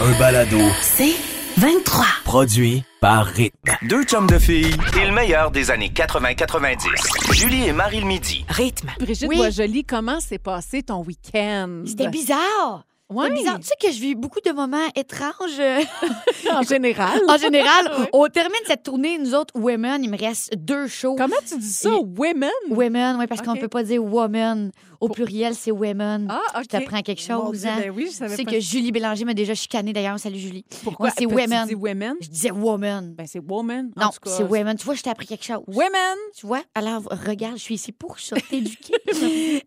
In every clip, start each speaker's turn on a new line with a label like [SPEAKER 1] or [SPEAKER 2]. [SPEAKER 1] Un balado.
[SPEAKER 2] C'est 23.
[SPEAKER 1] Produit par Rythme.
[SPEAKER 3] Deux chums de filles et le meilleur des années 80-90. Julie et Marie le midi.
[SPEAKER 2] Rythme.
[SPEAKER 4] Brigitte
[SPEAKER 5] Oui.
[SPEAKER 4] Boisjoli, comment s'est passé ton week-end?
[SPEAKER 5] C'était bizarre.
[SPEAKER 4] Ouais.
[SPEAKER 5] C'était bizarre. Tu sais que je vis beaucoup de moments étranges euh,
[SPEAKER 4] en général.
[SPEAKER 5] en général. On termine cette tournée, nous autres, Women. Il me reste deux shows.
[SPEAKER 4] Comment tu dis ça? Women?
[SPEAKER 5] Women, oui, parce qu'on
[SPEAKER 4] Ok.
[SPEAKER 5] ne peut pas dire woman. Au pluriel, c'est women.
[SPEAKER 4] Ah,
[SPEAKER 5] Je t'apprends quelque
[SPEAKER 4] Mon
[SPEAKER 5] chose.
[SPEAKER 4] Dieu,
[SPEAKER 5] hein.
[SPEAKER 4] ben oui, je
[SPEAKER 5] Tu
[SPEAKER 4] savais
[SPEAKER 5] sais
[SPEAKER 4] pas.
[SPEAKER 5] que Julie Bélanger m'a déjà chicanée d'ailleurs. Salut Julie.
[SPEAKER 4] Pourquoi
[SPEAKER 5] Moi, c'est
[SPEAKER 4] Pourquoi
[SPEAKER 5] women.
[SPEAKER 4] Tu dis women?
[SPEAKER 5] Je disais woman.
[SPEAKER 4] Ben, c'est woman. En
[SPEAKER 5] non,
[SPEAKER 4] tout cas,
[SPEAKER 5] c'est women. Tu vois, je t'ai appris quelque chose.
[SPEAKER 4] Women!
[SPEAKER 5] Tu vois? Alors, regarde, je suis ici pour ça, t'éduquer.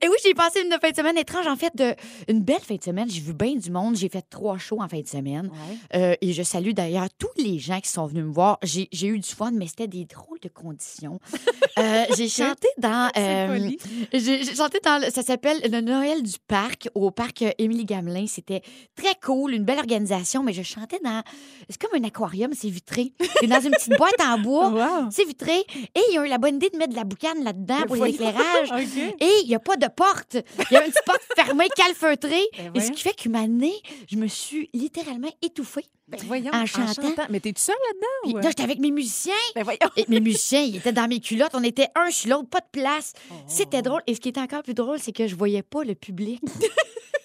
[SPEAKER 5] Et oui, j'ai passé une fin de semaine étrange. En fait, de- une belle fin de semaine. J'ai vu bien du monde. J'ai fait trois shows en fin de semaine. Euh, et je salue d'ailleurs tous les gens qui sont venus me voir. J'ai j'ai eu du fun, mais c'était des drôles de conditions. Euh, j'ai chanté dans.
[SPEAKER 4] C'est
[SPEAKER 5] euh,
[SPEAKER 4] poli.
[SPEAKER 5] j'ai j'ai chanté dans. le- Ça s'appelle Le Noël du Parc, au parc euh, Émilie Gamelin. C'était très cool, une belle organisation, mais je chantais dans. C'est comme un aquarium, c'est vitré. C'est dans une petite boîte en bois.
[SPEAKER 4] Wow.
[SPEAKER 5] C'est vitré. Et ils ont eu la bonne idée de mettre de la boucane là-dedans hein, pour
[SPEAKER 4] voyons.
[SPEAKER 5] l'éclairage.
[SPEAKER 4] OK.
[SPEAKER 5] Et il n'y a pas de porte. Il y a une petite porte fermée, calfeutrée.
[SPEAKER 4] Ben
[SPEAKER 5] et ce
[SPEAKER 4] voyons.
[SPEAKER 5] qui fait qu'une année, je me suis littéralement étouffée.
[SPEAKER 4] Ben, voyons.
[SPEAKER 5] En chantant.
[SPEAKER 4] Mais t'es-tu seule
[SPEAKER 5] Puis
[SPEAKER 4] là-dedans? ou- euh?
[SPEAKER 5] là, j'étais avec mes musiciens.
[SPEAKER 4] Ben, voyons.
[SPEAKER 5] Et mes musiciens, ils étaient dans mes culottes. On était un sur l'autre, pas de place.
[SPEAKER 4] Oh.
[SPEAKER 5] C'était drôle. Et ce qui était encore plus drôle, c'est que je voyais pas le public.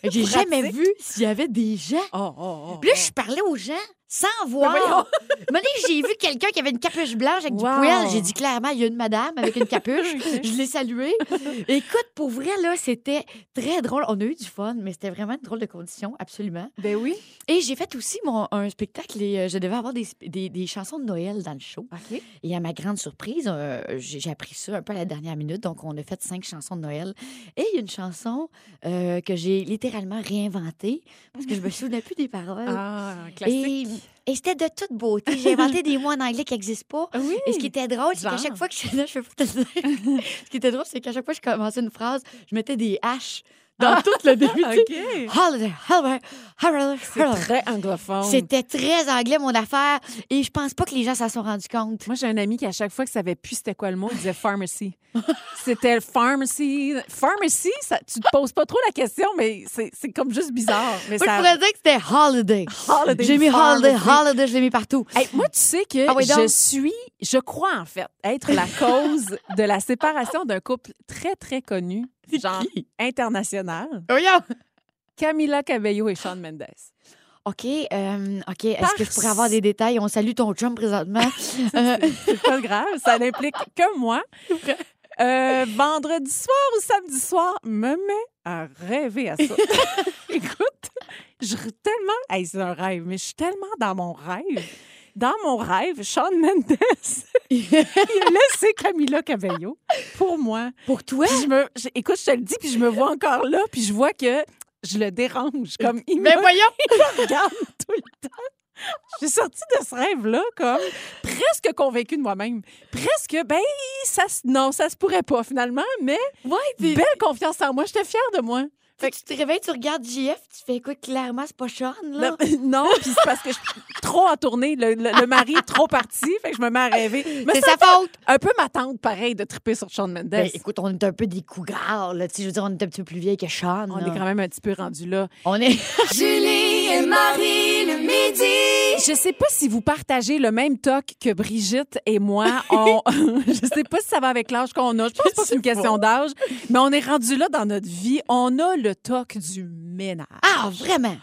[SPEAKER 5] Fait que J'ai
[SPEAKER 4] Pratique.
[SPEAKER 5] jamais vu s'il y avait des gens.
[SPEAKER 4] Oh, oh, oh.
[SPEAKER 5] Puis là, je parlais aux gens sans voir.
[SPEAKER 4] Ben voyons.
[SPEAKER 5] Un moment donné, j'ai vu quelqu'un qui avait une capuche blanche avec
[SPEAKER 4] Wow.
[SPEAKER 5] du poil. J'ai dit clairement, il y a une madame avec une capuche. je l'ai saluée. Écoute, pour vrai, là, c'était très drôle. On a eu du fun, mais c'était vraiment une drôle de condition, absolument.
[SPEAKER 4] oh. Ben oui.
[SPEAKER 5] Et j'ai fait aussi mon, un spectacle et euh, je devais avoir des, sp- des- des chansons de Noël dans le show.
[SPEAKER 4] OK.
[SPEAKER 5] Et à ma grande surprise, euh, j'ai j'ai appris ça un peu à la dernière minute. Donc, on a fait cinq chansons de Noël. Et il y a une chanson euh, que j'ai littéralement réinventée parce que je me souvenais plus des paroles.
[SPEAKER 4] Ah,
[SPEAKER 5] Et,
[SPEAKER 4] classique.
[SPEAKER 5] et c'était de toute beauté. J'ai inventé des mots en anglais qui n'existent
[SPEAKER 4] Ah
[SPEAKER 5] pas.
[SPEAKER 4] Oui.
[SPEAKER 5] Et ce qui était drôle, c'est qu'à
[SPEAKER 4] Genre.
[SPEAKER 5] chaque fois que je... Non, je peux pas te le dire. ce qui était drôle, c'est qu'à chaque fois que je commençais une phrase, je mettais des H dans tout le début. tu sais.
[SPEAKER 4] OK.
[SPEAKER 5] Holiday, holiday, holiday,
[SPEAKER 4] C'est
[SPEAKER 5] holiday.
[SPEAKER 4] très anglophone.
[SPEAKER 5] C'était très anglais, mon affaire. Et je pense pas que les gens s'en sont rendus compte.
[SPEAKER 4] Moi, j'ai un ami qui, à chaque fois qu'il savait plus c'était quoi le mot, il disait pharmacy. c'était pharmacy. Pharmacy, ça, tu te poses pas trop la question, mais c'est c'est comme juste bizarre. Mais
[SPEAKER 5] Moi,
[SPEAKER 4] ça-
[SPEAKER 5] je pourrais dire que c'était holiday.
[SPEAKER 4] Holiday,
[SPEAKER 5] J'ai mis holiday,
[SPEAKER 4] pharmacy.
[SPEAKER 5] holiday, je l'ai mis partout.
[SPEAKER 4] Hey, moi, tu sais que
[SPEAKER 5] Ah oui, donc?
[SPEAKER 4] je suis, je crois en fait, être la cause de la séparation d'un couple très, très connu, genre international,
[SPEAKER 5] Voyons.
[SPEAKER 4] Camila Cabello et Sean Mendes.
[SPEAKER 5] OK, euh, OK. Est-ce que je
[SPEAKER 4] Parce-
[SPEAKER 5] pourrais avoir des détails? On salue ton chum présentement. Euh,
[SPEAKER 4] C'est pas grave, ça n'implique que moi. Euh, vendredi soir ou samedi soir, me met à rêver à ça. Écoute, je suis tellement. Hey, c'est un rêve, mais je suis tellement dans mon rêve. Dans mon rêve, Sean Mendes,
[SPEAKER 5] Euh,
[SPEAKER 4] il a laissé Camila Cabello pour moi.
[SPEAKER 5] Pour toi?
[SPEAKER 4] Puis je me, je- écoute, je te le dis, puis je me vois encore là, puis je vois que je le dérange. Comme il me
[SPEAKER 5] Mais voyons!
[SPEAKER 4] regarde tout le temps. J'ai sorti de ce rêve-là comme presque convaincue de moi-même. Presque, ben, ça, se- non, ça se pourrait pas finalement, mais
[SPEAKER 5] Ouais, t'es-
[SPEAKER 4] belle confiance en moi. J'étais fière de moi.
[SPEAKER 5] Fait que tu te réveilles, tu regardes JF, tu fais écoute, clairement, c'est pas Sean, là.
[SPEAKER 4] Non, non, puis c'est parce que je suis trop en tournée. Le, le- le mari est trop parti, fait que je me mets à rêver. Mais
[SPEAKER 5] C'est
[SPEAKER 4] ça,
[SPEAKER 5] sa faute.
[SPEAKER 4] un peu ma tante, pareil, de triper sur Sean Mendes.
[SPEAKER 5] Ben, écoute, on est un peu des cougars, là. Tu sais, je veux dire, on est un petit peu plus vieille que Sean.
[SPEAKER 4] on
[SPEAKER 5] là.
[SPEAKER 4] est quand même un petit peu rendu là.
[SPEAKER 5] On est.
[SPEAKER 4] Je sais pas si vous partagez le même toc que Brigitte et moi. On... je sais pas si ça va avec l'âge qu'on a. Je pense pas que c'est une question d'âge, mais on est rendu là dans notre vie. On a le toc du ménage.
[SPEAKER 5] Ah, vraiment?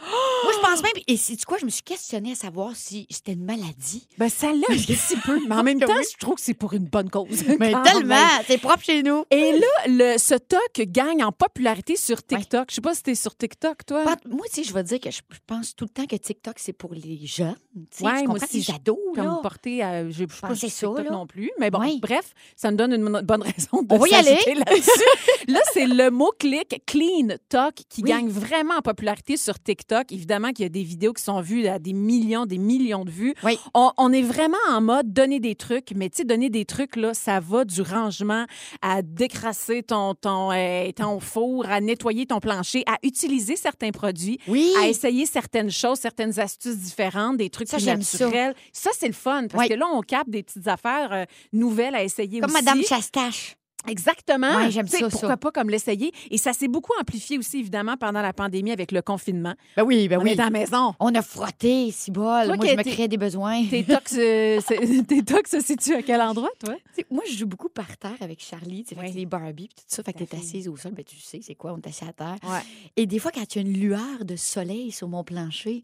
[SPEAKER 5] Moi, je pense même. Et c'est quoi? Je me suis questionnée à savoir si c'était une maladie.
[SPEAKER 4] Ben ça l'a un petit peu, mais en même
[SPEAKER 5] Oui.
[SPEAKER 4] temps, je trouve que c'est pour une bonne cause.
[SPEAKER 5] Mais
[SPEAKER 4] Quand
[SPEAKER 5] tellement!
[SPEAKER 4] même.
[SPEAKER 5] C'est propre chez nous.
[SPEAKER 4] Et là, le, ce toc gagne en popularité sur TikTok. Je sais pas si t'es sur TikTok, toi.
[SPEAKER 5] Pat- Moi, tu sais, je vais dire que je je pense tout le temps que TikTok, c'est pour les jeunes. Tu sais,
[SPEAKER 4] Ouais,
[SPEAKER 5] je
[SPEAKER 4] moi
[SPEAKER 5] comprends
[SPEAKER 4] aussi,
[SPEAKER 5] les
[SPEAKER 4] je-
[SPEAKER 5] ados, là.
[SPEAKER 4] Comme porté à. Je je sais pas si
[SPEAKER 5] Pensez
[SPEAKER 4] c'est
[SPEAKER 5] ça,
[SPEAKER 4] TikTok
[SPEAKER 5] là.
[SPEAKER 4] non plus. Mais bon,
[SPEAKER 5] Ouais.
[SPEAKER 4] bref, ça nous donne une mon- bonne raison de
[SPEAKER 5] On va y
[SPEAKER 4] s'agiter
[SPEAKER 5] aller.
[SPEAKER 4] là-dessus. là, c'est le mot-clic clean talk qui
[SPEAKER 5] Oui.
[SPEAKER 4] gagne vraiment en popularité sur TikTok. Évidemment, qu'il y a des vidéos qui sont vues à des millions, des millions de vues.
[SPEAKER 5] Oui.
[SPEAKER 4] On, on est vraiment en mode donner des trucs, mais tu sais, donner des trucs, là, ça va du rangement à décrasser ton, ton, euh, ton four, à nettoyer ton plancher, à utiliser certains produits,
[SPEAKER 5] Oui.
[SPEAKER 4] à essayer certaines choses, certaines astuces différentes, des trucs
[SPEAKER 5] Ça,
[SPEAKER 4] plus
[SPEAKER 5] j'aime ça.
[SPEAKER 4] naturels. Ça, c'est le fun, parce
[SPEAKER 5] Oui.
[SPEAKER 4] que là, on capte des petites affaires euh, nouvelles à essayer
[SPEAKER 5] Comme
[SPEAKER 4] aussi.
[SPEAKER 5] Madame Chastache.
[SPEAKER 4] Exactement.
[SPEAKER 5] Ouais, j'aime
[SPEAKER 4] Tu sais,
[SPEAKER 5] ça, ça.
[SPEAKER 4] Pourquoi pas comme l'essayer? Et ça s'est beaucoup amplifié aussi, évidemment, pendant la pandémie avec le confinement.
[SPEAKER 5] Ben oui, ben
[SPEAKER 4] On est à la maison.
[SPEAKER 5] On a frotté, si bol. Moi,
[SPEAKER 4] qui
[SPEAKER 5] je
[SPEAKER 4] as
[SPEAKER 5] me
[SPEAKER 4] été-
[SPEAKER 5] créais des besoins.
[SPEAKER 4] Tes tox, euh, c'est- tes tox se situent à quel endroit, toi?
[SPEAKER 5] T'sais, moi, je joue beaucoup par terre avec Charlie, tu sais, fait
[SPEAKER 4] Oui.
[SPEAKER 5] que les Barbie, puis tout ça. Fait que
[SPEAKER 4] Tout à
[SPEAKER 5] t'es
[SPEAKER 4] fait.
[SPEAKER 5] assise au sol, ben tu sais, c'est quoi, on est assis à terre.
[SPEAKER 4] Ouais.
[SPEAKER 5] Et des fois, quand il y a une lueur de soleil sur mon plancher,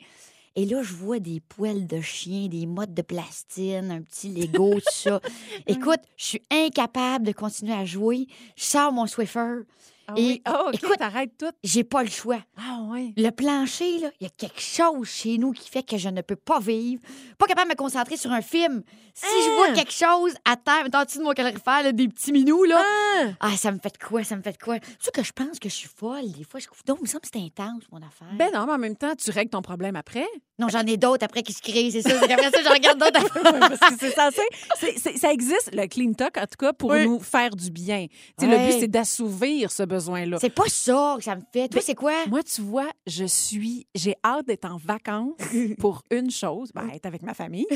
[SPEAKER 5] et là, je vois des poêles de chien, des mottes de plastine, un petit Lego, tout ça. Écoute, je suis incapable de continuer à jouer. Je sors mon Swiffer.
[SPEAKER 4] Ah
[SPEAKER 5] Et-
[SPEAKER 4] oui. Ah, OK,
[SPEAKER 5] écoute-
[SPEAKER 4] t'arrêtes tout.
[SPEAKER 5] J'ai pas le choix.
[SPEAKER 4] Ah oui.
[SPEAKER 5] Le plancher, là, il y a quelque chose chez nous qui fait que je ne peux pas vivre. Pas capable de me concentrer sur un film. Si je
[SPEAKER 4] Hein?
[SPEAKER 5] vois quelque chose à terre, mettons, tu de mon calorifère, là, des petits minous, là.
[SPEAKER 4] Ah!
[SPEAKER 5] Ah, ça me fait de quoi, ça me fait de quoi. Tu sais que je pense que je suis folle. Des fois, je coupe. Donc, il me semble que c'est intense, mon affaire.
[SPEAKER 4] Ben non, mais en même temps, tu règles ton problème après.
[SPEAKER 5] Non, j'en ai d'autres après qui se créent, c'est ça. C'est qu'après ça, je regarde d'autres après.
[SPEAKER 4] Parce que c'est censé. c'est- c'est- ça existe, le clean talk, en tout cas, pour
[SPEAKER 5] Oui.
[SPEAKER 4] nous faire du bien. Tu sais,
[SPEAKER 5] Ouais.
[SPEAKER 4] Le but, c'est d'assouvir ce besoin-là.
[SPEAKER 5] C'est pas ça que ça me fait. Toi, c'est quoi?
[SPEAKER 4] Ben, Moi, tu vois, je suis. J'ai hâte d'être en vacances pour une chose, ben, être avec ma famille.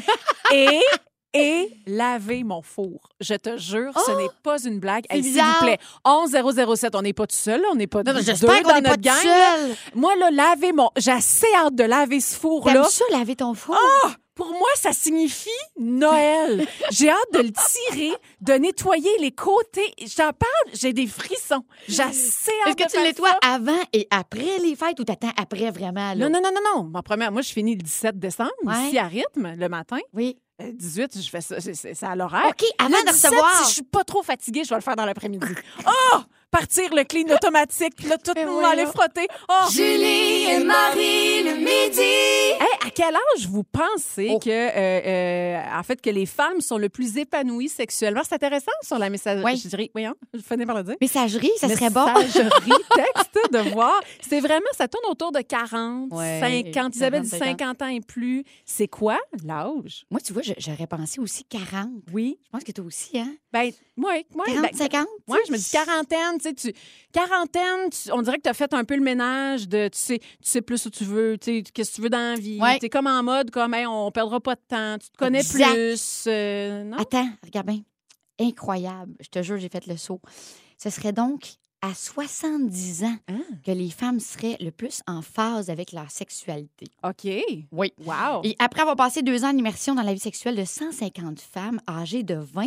[SPEAKER 4] Et. Et laver mon four. Je te jure, ce n'est pas une blague.
[SPEAKER 5] Oh! c'est
[SPEAKER 4] Hey, S'il
[SPEAKER 5] bizarre.
[SPEAKER 4] vous plaît, 11-007, on n'est pas tout seul, là, on n'est pas
[SPEAKER 5] Non, non,
[SPEAKER 4] deux
[SPEAKER 5] j'espère qu'on
[SPEAKER 4] dans
[SPEAKER 5] n'est pas
[SPEAKER 4] notre
[SPEAKER 5] tout
[SPEAKER 4] gang. là.
[SPEAKER 5] seul.
[SPEAKER 4] Moi, là, laver mon... J'ai assez hâte de laver ce
[SPEAKER 5] T'aimes
[SPEAKER 4] four-là.
[SPEAKER 5] ça, laver ton four?
[SPEAKER 4] Ah, Pour moi, ça signifie Noël. J'ai hâte de le tirer, de nettoyer les côtés. J'en parle, j'ai des frissons. J'ai assez hâte
[SPEAKER 5] Est-ce que
[SPEAKER 4] de
[SPEAKER 5] tu
[SPEAKER 4] faire
[SPEAKER 5] nettoies
[SPEAKER 4] ça.
[SPEAKER 5] avant et après les fêtes ou t'attends après vraiment? Là?
[SPEAKER 4] Non, non, non, non, non. Ma première, moi, je finis le 17 décembre,
[SPEAKER 5] Ouais.
[SPEAKER 4] ici à rythme, le matin.
[SPEAKER 5] Oui.
[SPEAKER 4] Euh, 18, je fais ça, c'est- c'est c'est à l'horaire.
[SPEAKER 5] OK, avant
[SPEAKER 4] Le
[SPEAKER 5] de
[SPEAKER 4] 17,
[SPEAKER 5] recevoir.
[SPEAKER 4] si je suis pas trop fatiguée, je vais le faire dans l'après-midi. Oh! Partir le clean automatique, puis là, tout
[SPEAKER 5] Mais
[SPEAKER 4] m'en aller
[SPEAKER 5] Ben voyons.
[SPEAKER 4] frotter. Oh!
[SPEAKER 5] Julie et Marie le midi.
[SPEAKER 4] Hey, à quel âge vous pensez
[SPEAKER 5] Oh.
[SPEAKER 4] que, euh, euh, en fait, que les femmes sont le plus épanouies sexuellement? C'est intéressant sur la messagerie.
[SPEAKER 5] Oui.
[SPEAKER 4] Oui, hein? Je finis par le dire.
[SPEAKER 5] Messagerie, ça serait bon.
[SPEAKER 4] Messagerie texte de voir. C'est vraiment, ça tourne autour de 40,
[SPEAKER 5] Ouais,
[SPEAKER 4] 50. Isabelle dit
[SPEAKER 5] 40,
[SPEAKER 4] 50 ans et plus. C'est quoi l'âge?
[SPEAKER 5] Moi, tu vois, je- j'aurais pensé aussi 40.
[SPEAKER 4] Oui.
[SPEAKER 5] Je pense que toi aussi, hein?
[SPEAKER 4] Ben, moi, moi,
[SPEAKER 5] 40,
[SPEAKER 4] ben,
[SPEAKER 5] 50?
[SPEAKER 4] Moi, je me dis quarantaine, tu sais, tu- quarantaine, tu- on dirait que tu as fait un peu le ménage de, tu sais, tu sais plus où tu veux, tu sais, qu'est-ce que tu veux dans la vie.
[SPEAKER 5] Ouais.
[SPEAKER 4] Tu es comme en mode, comme, hey, on perdra pas de temps, tu te connais
[SPEAKER 5] Exact.
[SPEAKER 4] plus. euh, non?
[SPEAKER 5] Attends, regarde bien. Incroyable. Je te jure, j'ai fait le saut. Ce serait donc à 70 ans
[SPEAKER 4] Hein?
[SPEAKER 5] que les femmes seraient le plus en phase avec leur sexualité.
[SPEAKER 4] OK.
[SPEAKER 5] Oui.
[SPEAKER 4] Wow.
[SPEAKER 5] Et après avoir passé deux ans d'immersion dans la vie sexuelle de 150 femmes âgées de 20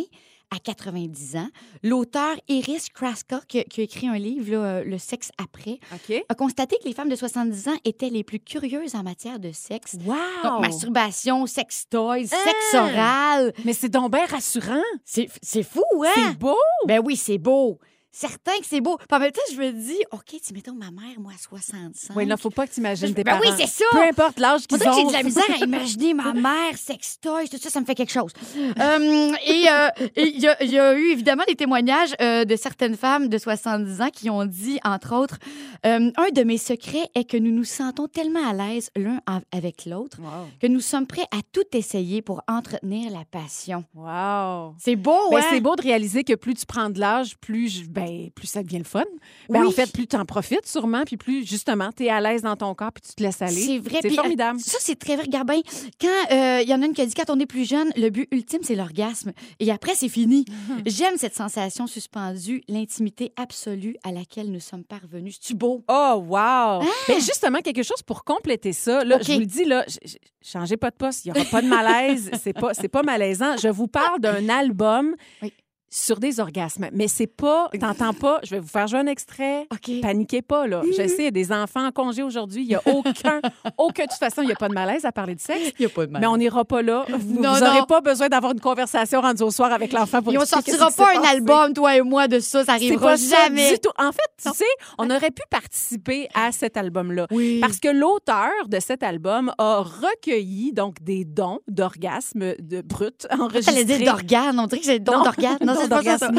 [SPEAKER 5] à 90 ans, l'auteur Iris Kraska, qui, qui a écrit un livre, là, euh, Le sexe après,
[SPEAKER 4] OK.
[SPEAKER 5] a constaté que les femmes de 70 ans étaient les plus curieuses en matière de sexe.
[SPEAKER 4] Wow. Hein?
[SPEAKER 5] Donc, masturbation, sex toys, sexe oral.
[SPEAKER 4] Mais c'est donc bien rassurant.
[SPEAKER 5] C'est c'est fou,
[SPEAKER 4] C'est
[SPEAKER 5] hein?
[SPEAKER 4] beau.
[SPEAKER 5] Ben oui, c'est beau. Certain que c'est beau. Puis en même temps, je me dis, OK, tu mettons ma mère, moi, à 65.
[SPEAKER 4] Oui, là, faut pas que tu imagines tes
[SPEAKER 5] Hein? Ben oui,
[SPEAKER 4] parents.
[SPEAKER 5] c'est ça.
[SPEAKER 4] Peu importe l'âge
[SPEAKER 5] On
[SPEAKER 4] qu'ils
[SPEAKER 5] dirait
[SPEAKER 4] ont.
[SPEAKER 5] que j'ai de la misère à imaginer ma mère, sextoy, tout ça, ça me fait quelque chose. Euh, et euh, et il y, a- il y a eu évidemment des témoignages euh, de certaines femmes de 70 ans qui ont dit, entre autres, euh, un de mes secrets est que nous nous sentons tellement à l'aise l'un en- avec l'autre
[SPEAKER 4] Wow.
[SPEAKER 5] que nous sommes prêts à tout essayer pour entretenir la passion.
[SPEAKER 4] Wow.
[SPEAKER 5] C'est beau,
[SPEAKER 4] Ben,
[SPEAKER 5] hein?
[SPEAKER 4] c'est beau de réaliser que plus tu prends de l'âge, plus, je- ben, plus ça devient le fun. Ben,
[SPEAKER 5] Oui.
[SPEAKER 4] En fait, plus tu en profites sûrement, puis plus justement, tu es à l'aise dans ton corps, puis tu te laisses aller.
[SPEAKER 5] C'est vrai.
[SPEAKER 4] C'est
[SPEAKER 5] puis,
[SPEAKER 4] formidable.
[SPEAKER 5] euh, Ça, c'est très vrai. Regarde bien, quand euh, il y en a une qui a dit quand on est plus jeune, le but ultime, c'est l'orgasme. Et après, c'est fini.
[SPEAKER 4] Mhm.
[SPEAKER 5] J'aime cette sensation suspendue, l'intimité absolue à laquelle nous sommes parvenus. C'est-tu beau?
[SPEAKER 4] Oh, wow! Ben, justement, quelque chose pour compléter ça. Là,
[SPEAKER 5] Ah! OK.
[SPEAKER 4] Je vous le dis, là, j- j- changez pas de poste, il n'y aura pas de malaise, c'est pas, c'est pas malaisant. Je vous parle d'un album
[SPEAKER 5] Oui.
[SPEAKER 4] sur des orgasmes, mais c'est pas, t'entends pas, je vais vous faire jouer un extrait.
[SPEAKER 5] OK.
[SPEAKER 4] Paniquez pas, là.
[SPEAKER 5] Mm-hmm.
[SPEAKER 4] Je sais, il y a des enfants en congé aujourd'hui, il n'y a aucun, aucun, de toute façon, il n'y a pas de malaise à parler de sexe.
[SPEAKER 5] Il n'y a pas de mal.
[SPEAKER 4] Mais on n'ira pas là. Vous
[SPEAKER 5] Non, non.
[SPEAKER 4] n'aurez pas besoin d'avoir une conversation rendue au soir avec l'enfant pour
[SPEAKER 5] Et on
[SPEAKER 4] expliquer
[SPEAKER 5] sortira
[SPEAKER 4] ce qui s'est
[SPEAKER 5] pas un
[SPEAKER 4] passé.
[SPEAKER 5] album, toi et moi, de ça. Ça
[SPEAKER 4] C'est
[SPEAKER 5] arrivera
[SPEAKER 4] pas ça
[SPEAKER 5] jamais.
[SPEAKER 4] du tout. En fait, tu sais, on aurait pu participer à cet album-là.
[SPEAKER 5] Oui.
[SPEAKER 4] Parce que l'auteur de cet album a recueilli donc des dons d'orgasmes de brut
[SPEAKER 5] T'allais
[SPEAKER 4] enregistrés.
[SPEAKER 5] dire d'organes. On dirait que j'ai le don
[SPEAKER 4] Non.
[SPEAKER 5] d'organes. Non,
[SPEAKER 4] Don chanson d'orgasme,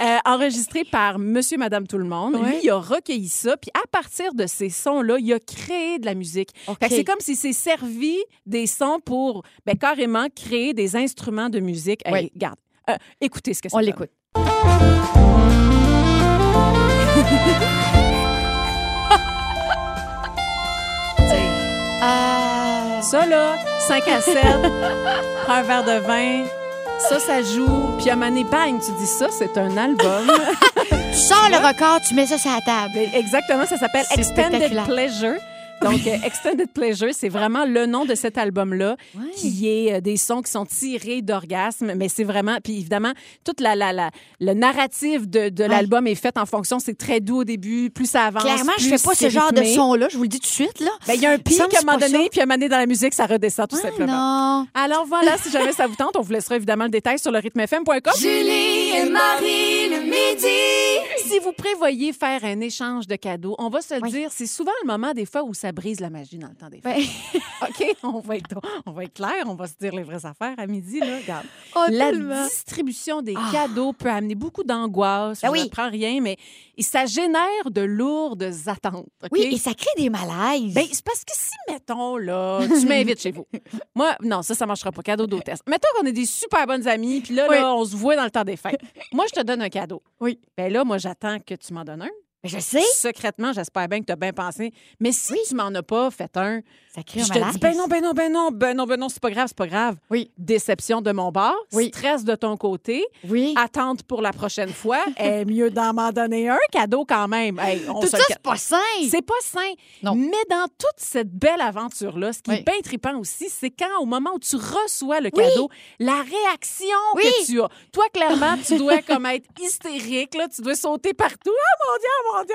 [SPEAKER 4] euh, enregistrée par Monsieur, Madame, tout le monde. Lui, il a recueilli ça, puis à partir de ces sons-là, il a créé de la musique. Fait que c'est comme si s'est servi des sons pour ben, carrément créer des instruments de musique. Hey,
[SPEAKER 5] Oui.
[SPEAKER 4] regarde, Euh, écoutez ce que c'est.
[SPEAKER 5] On l'écoute. Ah,
[SPEAKER 4] Ça, là, 5 à 7, prends un verre de vin, ça, ça joue. Puis à Mané Bang, tu dis ça, c'est un album.
[SPEAKER 5] tu sors le record, tu mets ça sur la table.
[SPEAKER 4] Ben, Exactement, ça s'appelle
[SPEAKER 5] C'est
[SPEAKER 4] Extended
[SPEAKER 5] spectaculaire.
[SPEAKER 4] Pleasure. Donc, euh, Extended Pleasure, c'est vraiment le nom de cet album-là, qui est euh, des sons qui sont tirés d'orgasme, mais c'est vraiment... Puis évidemment, toute la, la, la- le narratif de, de l'album est fait en fonction, c'est très doux au début, plus ça avance,
[SPEAKER 5] Clairement, je
[SPEAKER 4] plus
[SPEAKER 5] fais pas ce
[SPEAKER 4] c'est
[SPEAKER 5] genre de
[SPEAKER 4] rythmé.
[SPEAKER 5] son-là, je vous le dis tout de suite. là.
[SPEAKER 4] Ben, Il y a un pic
[SPEAKER 5] Ça
[SPEAKER 4] à
[SPEAKER 5] me dit
[SPEAKER 4] un moment
[SPEAKER 5] pas ça.
[SPEAKER 4] donné, puis à un moment donné dans la musique, ça redescend tout
[SPEAKER 5] Ah,
[SPEAKER 4] simplement.
[SPEAKER 5] non.
[SPEAKER 4] Alors voilà, si jamais ça vous tente, on vous laissera évidemment le détail sur le rythmefm.com.
[SPEAKER 6] Julie et Marie le midi.
[SPEAKER 4] Si vous prévoyez faire un échange de cadeaux, on va se le
[SPEAKER 5] Oui.
[SPEAKER 4] dire, c'est souvent le moment des fois où ça brise la magie dans le temps des fêtes.
[SPEAKER 5] Ben,
[SPEAKER 4] OK, on va être, on va être clair, on va se dire les vraies affaires à midi. Là. Regarde.
[SPEAKER 5] oh,
[SPEAKER 4] La
[SPEAKER 5] tellement. Ah.
[SPEAKER 4] distribution des cadeaux peut amener beaucoup d'angoisse.
[SPEAKER 5] Ben
[SPEAKER 4] je
[SPEAKER 5] oui.
[SPEAKER 4] n'apprends rien, mais ça génère de lourdes attentes. OK?
[SPEAKER 5] Oui, et ça crée des malaises.
[SPEAKER 4] Ben, c'est parce que si, mettons, là, tu m'invites chez vous. Moi, non, ça, ça marchera pas. Cadeau d'hôtesse. Mettons qu'on est des super bonnes amies, puis là,
[SPEAKER 5] Oui.
[SPEAKER 4] là, on se voit dans le temps des fêtes. Moi, je te donne un cadeau.
[SPEAKER 5] Oui.
[SPEAKER 4] Ben là, moi, j'attends que tu m'en donnes un.
[SPEAKER 5] Ben, je sais,
[SPEAKER 4] Secrètement, j'espère bien que tu as bien pensé. Mais si tu m'en as pas, fais un.
[SPEAKER 5] ça
[SPEAKER 4] Puis
[SPEAKER 5] crée un
[SPEAKER 4] je te
[SPEAKER 5] malaise.
[SPEAKER 4] dis, ben non, ben non, ben non, ben non, ben non, c'est pas grave, c'est pas grave.
[SPEAKER 5] Oui.
[SPEAKER 4] Déception de mon bord,
[SPEAKER 5] Oui.
[SPEAKER 4] stress de ton côté,
[SPEAKER 5] Oui.
[SPEAKER 4] attente pour la prochaine fois. Eh, mieux d'en m'en donner un cadeau quand même. Hey, on
[SPEAKER 5] Tout
[SPEAKER 4] se
[SPEAKER 5] ça,
[SPEAKER 4] le
[SPEAKER 5] c'est pas sain.
[SPEAKER 4] c'est pas sain.
[SPEAKER 5] Non.
[SPEAKER 4] Mais dans toute cette belle aventure-là, ce qui est
[SPEAKER 5] Oui.
[SPEAKER 4] bien trippant aussi, c'est quand, au moment où tu reçois le
[SPEAKER 5] Oui.
[SPEAKER 4] cadeau, la réaction que
[SPEAKER 5] Oui.
[SPEAKER 4] tu as. Toi, clairement, tu dois comme être hystérique, là, tu dois sauter partout. Ah, mon Dieu, ah, mon Dieu,